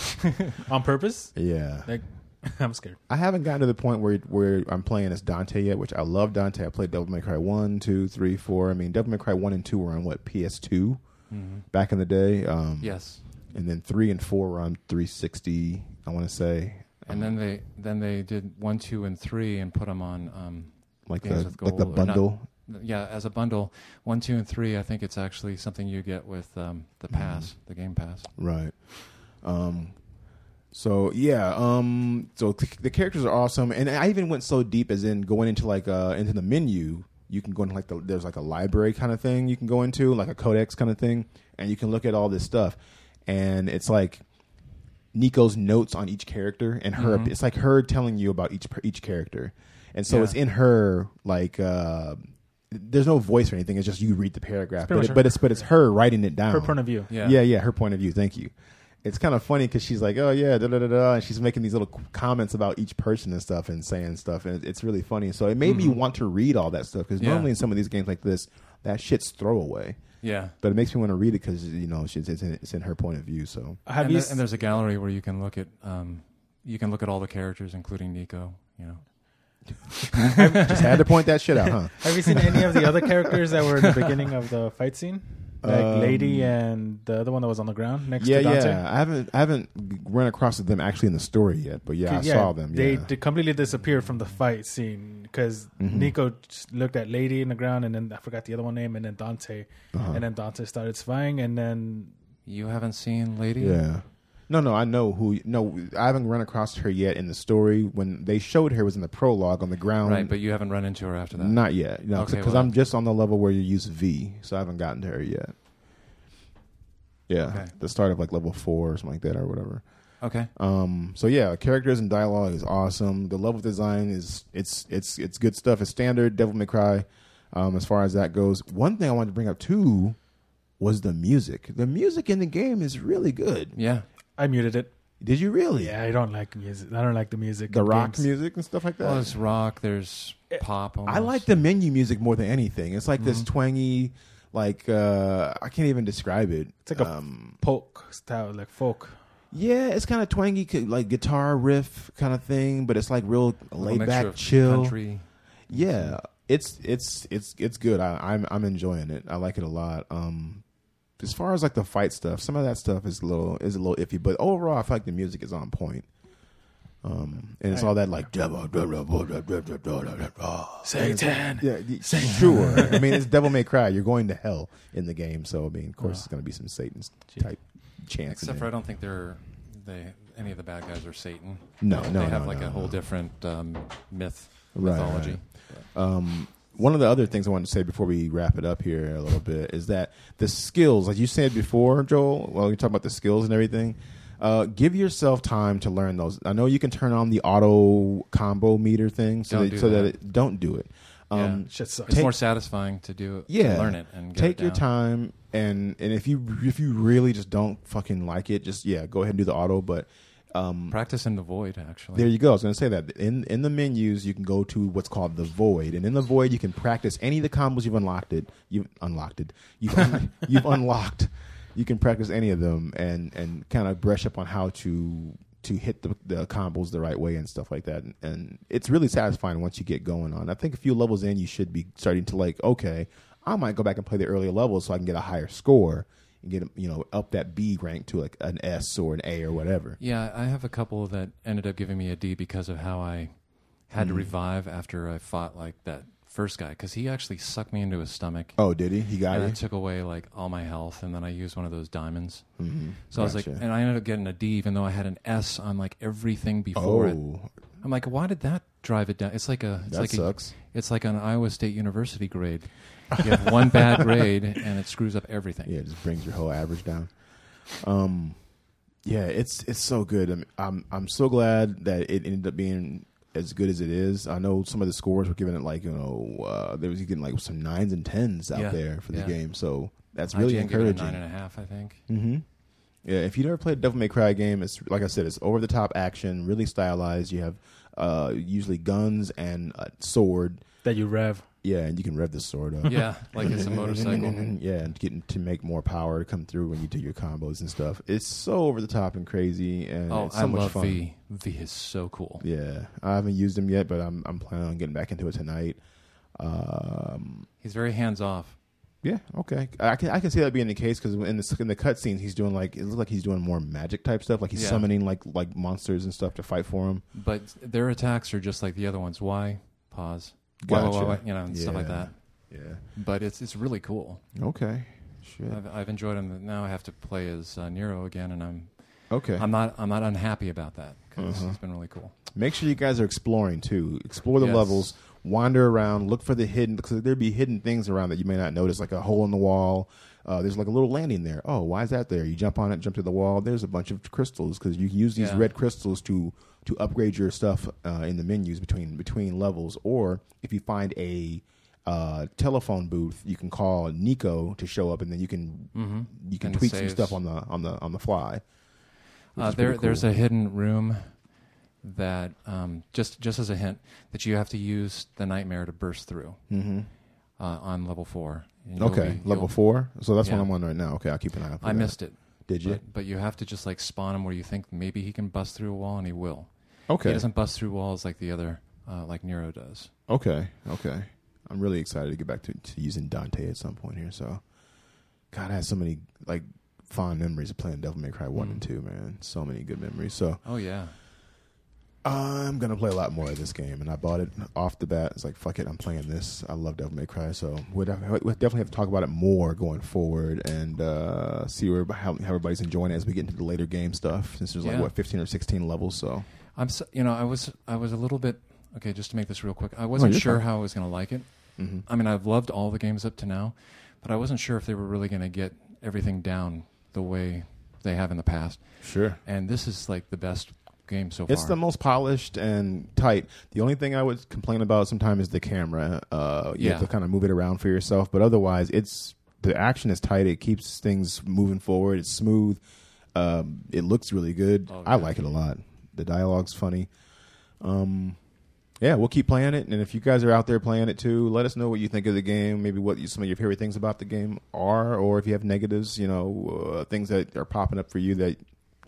S5: on purpose.
S1: Yeah.
S5: Like, [laughs] I'm scared.
S1: I haven't gotten to the point where where I'm playing as Dante yet, which I love Dante. I played Devil May Cry 1, 2, 3, 4. I mean, Devil May Cry 1 and 2 were on what, PS2
S4: Mm-hmm.
S1: back in the day? Um,
S4: yes.
S1: And then 3 and 4 were on 360, I want to say. Um,
S4: And then
S1: Uh-huh.
S4: they then they did one, two, and three, and put them on um,
S1: Like
S4: games
S1: the,
S4: with
S1: like
S4: gold.
S1: the
S4: or not-
S1: bundle.
S4: yeah, as a bundle, one, two, and three. I think it's actually something you get with um, the
S1: Mm-hmm.
S4: pass, the game pass.
S1: Right. Um so yeah, um so th- the characters are awesome and I even went so deep as in going into like uh into the menu, you can go into like the there's like a library kind of thing you can go into, like a codex kind of thing, and you can look at all this stuff. And it's like Nico's notes on each character and her
S5: Mm-hmm.
S1: it's like her telling you about each per- each character. And so
S4: Yeah.
S1: it's in her like uh there's no voice or anything. It's just you read the paragraph,
S5: pretty
S1: but,
S5: much
S1: it,
S5: her-
S1: but it's but it's her writing it down.
S5: Her point of view.
S4: Yeah.
S1: Yeah, yeah, her point of view. Thank you. It's kind of funny because she's like, oh yeah, da da da da, and she's making these little qu- comments about each person and stuff, and saying stuff, and it- it's really funny. So it made me
S5: Mm-hmm.
S1: want to read all that stuff because
S4: Yeah.
S1: normally in some of these games like this, that shit's throwaway,
S4: Yeah.
S1: but it makes me want to read it because you know she's it's in, it's in her point of view. So
S5: Have
S4: and,
S5: you?
S4: there- and there's a gallery where you can look at um, you can look at all the characters, including Nico. You know,
S1: just had to point that shit out,
S5: [laughs]
S1: huh?
S5: Have you seen any of
S1: [laughs]
S5: the other characters that were in the beginning of the fight scene? Like
S1: Um,
S5: Lady and the other one that was on the ground next
S1: yeah,
S5: to Dante?
S1: yeah. I haven't I haven't run across them actually in the story yet, but yeah, I
S5: Yeah,
S1: saw them.
S5: They
S1: yeah. Mm-hmm.
S5: d- completely disappeared from the fight scene because Nico just looked at Lady in the ground, and then I forgot the other one name, and then Dante,
S1: Uh-huh.
S5: and then Dante started spying, and then
S4: you haven't seen Lady.
S1: Yeah. No, no, I know who. No, I haven't run across her yet in the story. When they showed her was in the prologue on the ground.
S4: Right, but you haven't run into her after that.
S1: not yet. No, because
S4: Okay, well-
S1: I'm just on the level where you use V, so I haven't gotten to her yet. Yeah,
S4: Okay.
S1: the start of like level four or something like that or whatever.
S4: Okay.
S1: Um, so yeah, characters and dialogue is awesome. The level design is it's it's it's good stuff. It's standard Devil May Cry, um, as far as that goes. One thing I wanted to bring up too was the music. The music in the game is really good.
S4: Yeah.
S5: I muted it.
S1: Did you really?
S5: Yeah, I don't like music. I don't like the music.
S1: the
S5: in
S1: rock
S5: games.
S1: music and stuff like that.
S4: Well, there's rock. There's pop. Almost.
S1: uh, eh, I like the menu music more than anything. It's like this twangy, like uh, I can't even describe it.
S5: It's like a
S1: um,
S5: folk style, like folk.
S1: yeah, it's kind of twangy, c- like guitar riff kind of thing, but it's like real
S4: Little
S1: laid
S4: mixture
S1: back,
S4: of
S1: chill.
S4: Country.
S1: Yeah, it's it's it's it's good. I, I'm I'm enjoying it. I like it a lot. Um, as far as like the fight stuff, some of that stuff is a little is a little iffy, but overall, I feel like the music is on point. Um, and it's all that like
S5: Satan.
S4: [laughs]
S1: Yeah, y- sure. I mean, it's Devil May Cry. You're going to hell in the game, so I mean, of course, it's going to be some Satan's type chance. in
S4: Except for I
S1: it.
S4: don't think they're they any of the bad guys are Satan.
S1: No, no,
S4: They have
S1: no,
S4: like
S1: no,
S4: a whole
S1: no.
S4: different um, myth
S1: Right,
S4: mythology.
S1: right. Um, one of the other things I wanted to say before we wrap it up here a little bit is that the skills, like you said before, Joel, well, you talk about the skills and everything. Uh, give yourself time to learn those. I know you can turn on the auto combo meter thing, so
S4: Don't
S1: that,
S4: do
S1: so that
S4: that.
S1: it, don't do it. Um,
S4: Yeah.
S5: Shit sucks.
S4: It's
S1: Take-
S4: more satisfying to do it.
S1: yeah
S4: To learn it and get
S1: take
S4: it
S1: your
S4: down.
S1: time and and if you if you really just don't fucking like it just yeah go ahead and do the auto but um
S4: Practice in the void. Actually.
S1: there you go. I was going to say that in in the menus you can go to what's called the void, and in the void you can practice any of the combos you've unlocked it. You've unlocked it. You've un- you've unlocked. You can practice any of them and and kind of brush up on how to to hit the, the combos the right way and stuff like that. And, and it's really satisfying once you get going on. I think a few levels in you should be starting to like okay, I might go back and play the earlier levels so I can get a higher score and get you know up that B rank to like an S or an A or whatever.
S4: Yeah, I have a couple
S1: Mm-hmm.
S4: that ended up giving me a D because of how I had to revive after I fought like that first guy because he actually sucked me into his stomach.
S1: Oh, did he? He got
S4: and I
S1: it.
S4: took away like all my health, and then I used one of those diamonds. Mm-hmm. So I was like,
S1: Gotcha.
S4: and I ended up getting a D, even though I had an S on like everything "Eh, before it.
S1: Oh,
S4: I'm like, why did that drive it down? It's like a, it's
S1: That
S4: like
S1: sucks.
S4: A, it's like an Iowa State University grade. You have one bad
S1: [laughs]
S4: grade, and it screws up everything.
S1: yeah, it just brings your whole average down. Um, yeah, it's it's so good. I'm I'm, I'm so glad that it ended up being as good as it is. I know some of the scores were giving it like you know uh, there was getting like some nines and tens out
S4: Yeah,
S1: there for the
S4: yeah.
S1: game, so that's really
S4: IGN gave it a
S1: encouraging.
S4: Nine and a half, I think.
S1: Mm-hmm. Yeah, if you've never played a Devil May Cry game, it's like I said, it's over the top action, really stylized. You have uh, usually guns and a sword.
S5: that you rev.
S1: Yeah, and you can rev the sword up.
S4: Yeah,
S1: [laughs]
S4: like it's a motorcycle.
S1: yeah, and getting to make more power to come through when you do your combos and stuff. It's so over the top and crazy, and
S4: Oh,
S1: it's so
S4: I
S1: much
S4: love
S1: fun.
S4: V. V is so cool.
S1: Yeah, I haven't used them yet, but I'm I'm planning on getting back into it tonight. Um,
S4: He's very hands off.
S1: yeah, okay. I can I can see that being the case because in the in the cutscenes he's doing like it looks like he's doing more magic type stuff, like he's
S4: Yeah.
S1: summoning like like monsters and stuff to fight for him.
S4: But their attacks are just like the other ones. Why? Pause. Why, why,
S1: Gotcha.
S4: why, why, you know, and stuff like
S1: Yeah.
S4: that.
S1: Yeah.
S4: But it's it's really cool.
S1: Okay. Shit.
S4: I've, I've enjoyed him. Now I have to play as uh, Nero again, and I'm
S1: Okay. Uh-huh.
S4: I'm not I'm not unhappy about that because it's been really cool.
S1: Make sure you guys are exploring too. Explore the
S4: Yes.
S1: levels, wander around, look for the hidden because there'd be hidden things around that you may not notice, like a hole in the wall. Uh, there's like a little landing there. Oh, why is that there? You jump on it, jump to the wall. There's a bunch of crystals because you can use these
S4: Yeah.
S1: red crystals to to upgrade your stuff uh, in the menus between between levels. Or if you find a uh, telephone booth, you can call Nico to show up, and then you can you can
S4: Mm-hmm. And
S1: tweak some
S4: saves.
S1: stuff on the on the on the fly. which
S4: Uh,
S1: is pretty
S4: there there's
S1: cool.
S4: a hidden room that um, just just as a hint that you have to use the nightmare to burst through
S1: Mm-hmm.
S4: uh, on level four. And you'll
S1: okay
S4: be-
S1: level
S4: you'll-
S1: four. So that's what
S4: Yeah.
S1: I'm on right now. Okay, I'll keep an eye out. For
S4: I
S1: that.
S4: missed it.
S1: Did you?
S4: But, but you have to just like spawn him where you think maybe he can bust through a wall, and he will.
S1: Okay.
S4: He doesn't bust through walls like the other, uh, like Nero does.
S1: Okay. Okay. I'm really excited to get back to, to using Dante at some point here. So, God, I had so many like fond memories of playing Devil May Cry one
S4: Mm.
S1: and two. Man, so many good memories. So
S4: Oh yeah,
S1: I'm gonna play a lot more of this game, and I bought it off the bat. It's like fuck it, I'm playing this. I love Devil May Cry, so we'll def- we'll definitely have to talk about it more going forward and uh, see where how, how everybody's enjoying it as we get into the later game stuff. Since there's like
S4: Yeah.
S1: what 15 or 16 levels, so
S4: I'm. So, you know, I was I was a little bit okay. Just to make this real quick, I wasn't
S1: you're
S4: sure
S1: fine.
S4: how I was going to like it.
S1: mm-hmm.
S4: I mean, I've loved all the games up to now, but I wasn't sure if they were really going to get everything down the way they have in the past.
S1: sure.
S4: And this is like the best game so
S1: It's
S4: far.
S1: the most polished and tight. The only thing I would complain about sometimes is the camera. Uh, you have
S4: Yeah.
S1: to kind of move it around for yourself, but otherwise, it's the action is tight. It keeps things moving forward. It's smooth. Um, it looks really good. I like it a lot. The dialogue's funny. Um, yeah, we'll keep playing it, and if you guys are out there playing it too, let us know what you think of the game. Maybe what you, some of your favorite things about the game are, or if you have negatives, you know, uh, things that are popping up for you that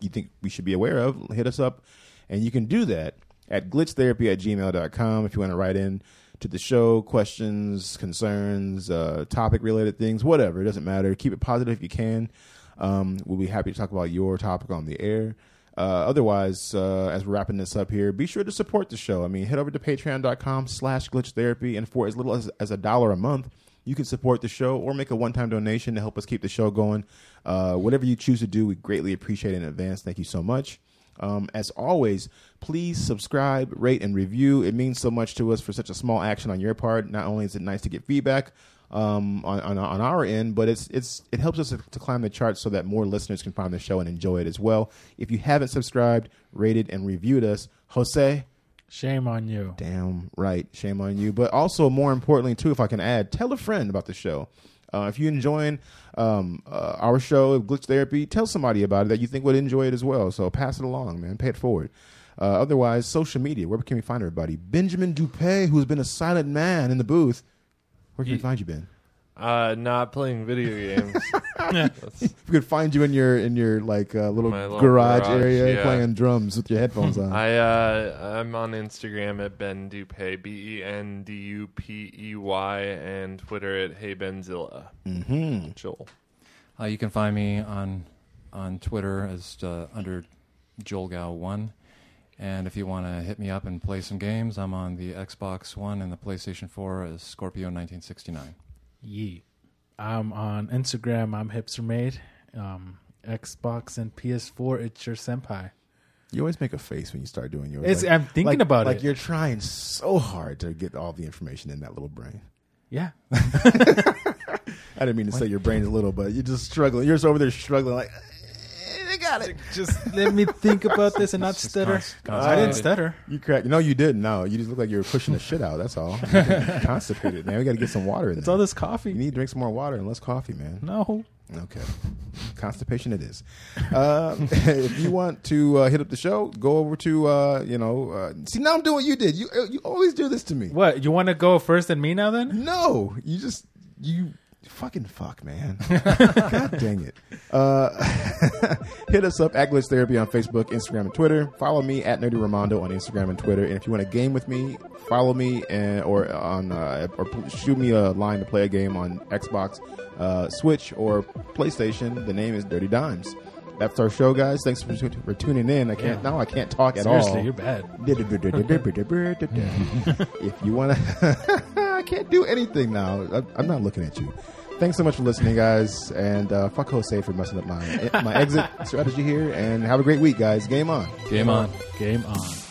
S1: you think we should be aware of. Hit us up, and you can do that at glitchtherapy at gmail.com if you want to write in to the show questions, concerns, uh, topic related things, whatever. It doesn't matter. Keep it positive if you can. Um, we'll be happy to talk about your topic on the air. Uh, otherwise, uh, as we're wrapping this up here, be sure to support the show. I mean, head over to patreon.com slash glitch therapy, and for as little as, as a dollar a month, you can support the show or make a one time donation to help us keep the show going. Uh, whatever you choose to do, we greatly appreciate it in advance. Thank you so much. Um, as always, please subscribe, rate, and review. It means so much to us for such a small action on your part. Not only is it nice to get feedback um, on, on on our end, but it's it's it helps us to climb the charts so that more listeners can find the show and enjoy it as well. If you haven't subscribed, rated, and reviewed us, Jose,
S5: Shame on you.
S1: Damn right. Shame on you. But also, more importantly, too, if I can add, tell a friend about the show. Uh, if you're enjoying um, uh, our show, Glitch Therapy, tell somebody about it that you think would enjoy it as well. So pass it along, man. Pay it forward. Uh, otherwise, social media. Where can we find everybody? Benjamin Dupay, who's been a silent man in the booth. Where can we
S3: Ye-
S1: find you, Ben?
S3: Uh, not playing
S1: [laughs]
S3: video games. That's
S1: If we could find you in your in your like uh, little,
S3: My little
S1: garage,
S3: garage,
S1: area
S3: yeah.
S1: playing drums with your headphones on.
S3: [laughs] I uh, I'm on Instagram at Ben Dupay, B E N D U P E Y, and Twitter at Hey Benzilla.
S1: Hmm.
S3: Mm-hmm. Joel.
S4: Uh, you can find me on on Twitter as uh, under JoelGow1, And if you want to hit me up and play some games, I'm on the Xbox One and the PlayStation 4 as Scorpio 1969.
S5: Yee. I'm on Instagram. I'm hipster made. Um, Xbox and PS4. It's your senpai.
S1: You always make a face when you start doing yours.
S5: It's- I'm thinking
S1: like-
S5: about
S1: like
S5: it.
S1: you're trying so hard to get all the information in that little brain.
S5: Yeah.
S1: I didn't mean to say your brain's little, but you're just struggling. You're just over there struggling, like "Eh, I got it.
S5: Just let me think about this and not
S4: It's just
S5: stutter.
S4: const-
S5: I didn't
S4: constipated.
S5: stutter.
S1: You crack. No, you didn't. No, you just look like you were pushing the shit out. That's
S5: [laughs]
S1: all. You're Constipated, man. We got to get some water in
S5: It's
S1: there.
S5: all this
S1: you
S5: coffee.
S1: need to drink some more water and less coffee, man.
S5: No.
S1: Okay. Constipation it is. Uh, [laughs] if you want to uh, hit up the show, go over to, uh, you know, uh, see, now I'm doing what you did. You, uh, you always do this to me.
S5: What? You want to go first than me now then?
S1: No, you just, you fucking fuck,
S5: [laughs]
S1: man. God dang it. Uh, [laughs] hit us up at Glitch Therapy on Facebook, Instagram, and Twitter. Follow me at Nerdy Ramondo on Instagram and Twitter. And if you want to game with me, follow me and or on uh, or p- shoot me a line to play a game on Xbox, uh, Switch, or PlayStation. The name is Dirty Dimes. That's our show, guys. Thanks for, tu- for tuning in. I can't
S5: Yeah.
S1: now. I can't talk at
S5: Seriously,
S1: all.
S5: you're bad.
S1: [laughs] if you want to, [laughs] I can't do anything now. I'm, I'm not looking at you. Thanks so much for listening, guys, and uh, fuck Jose for messing up my my exit strategy here. And have a great week, guys. Game on.
S4: Game on.
S5: Game on.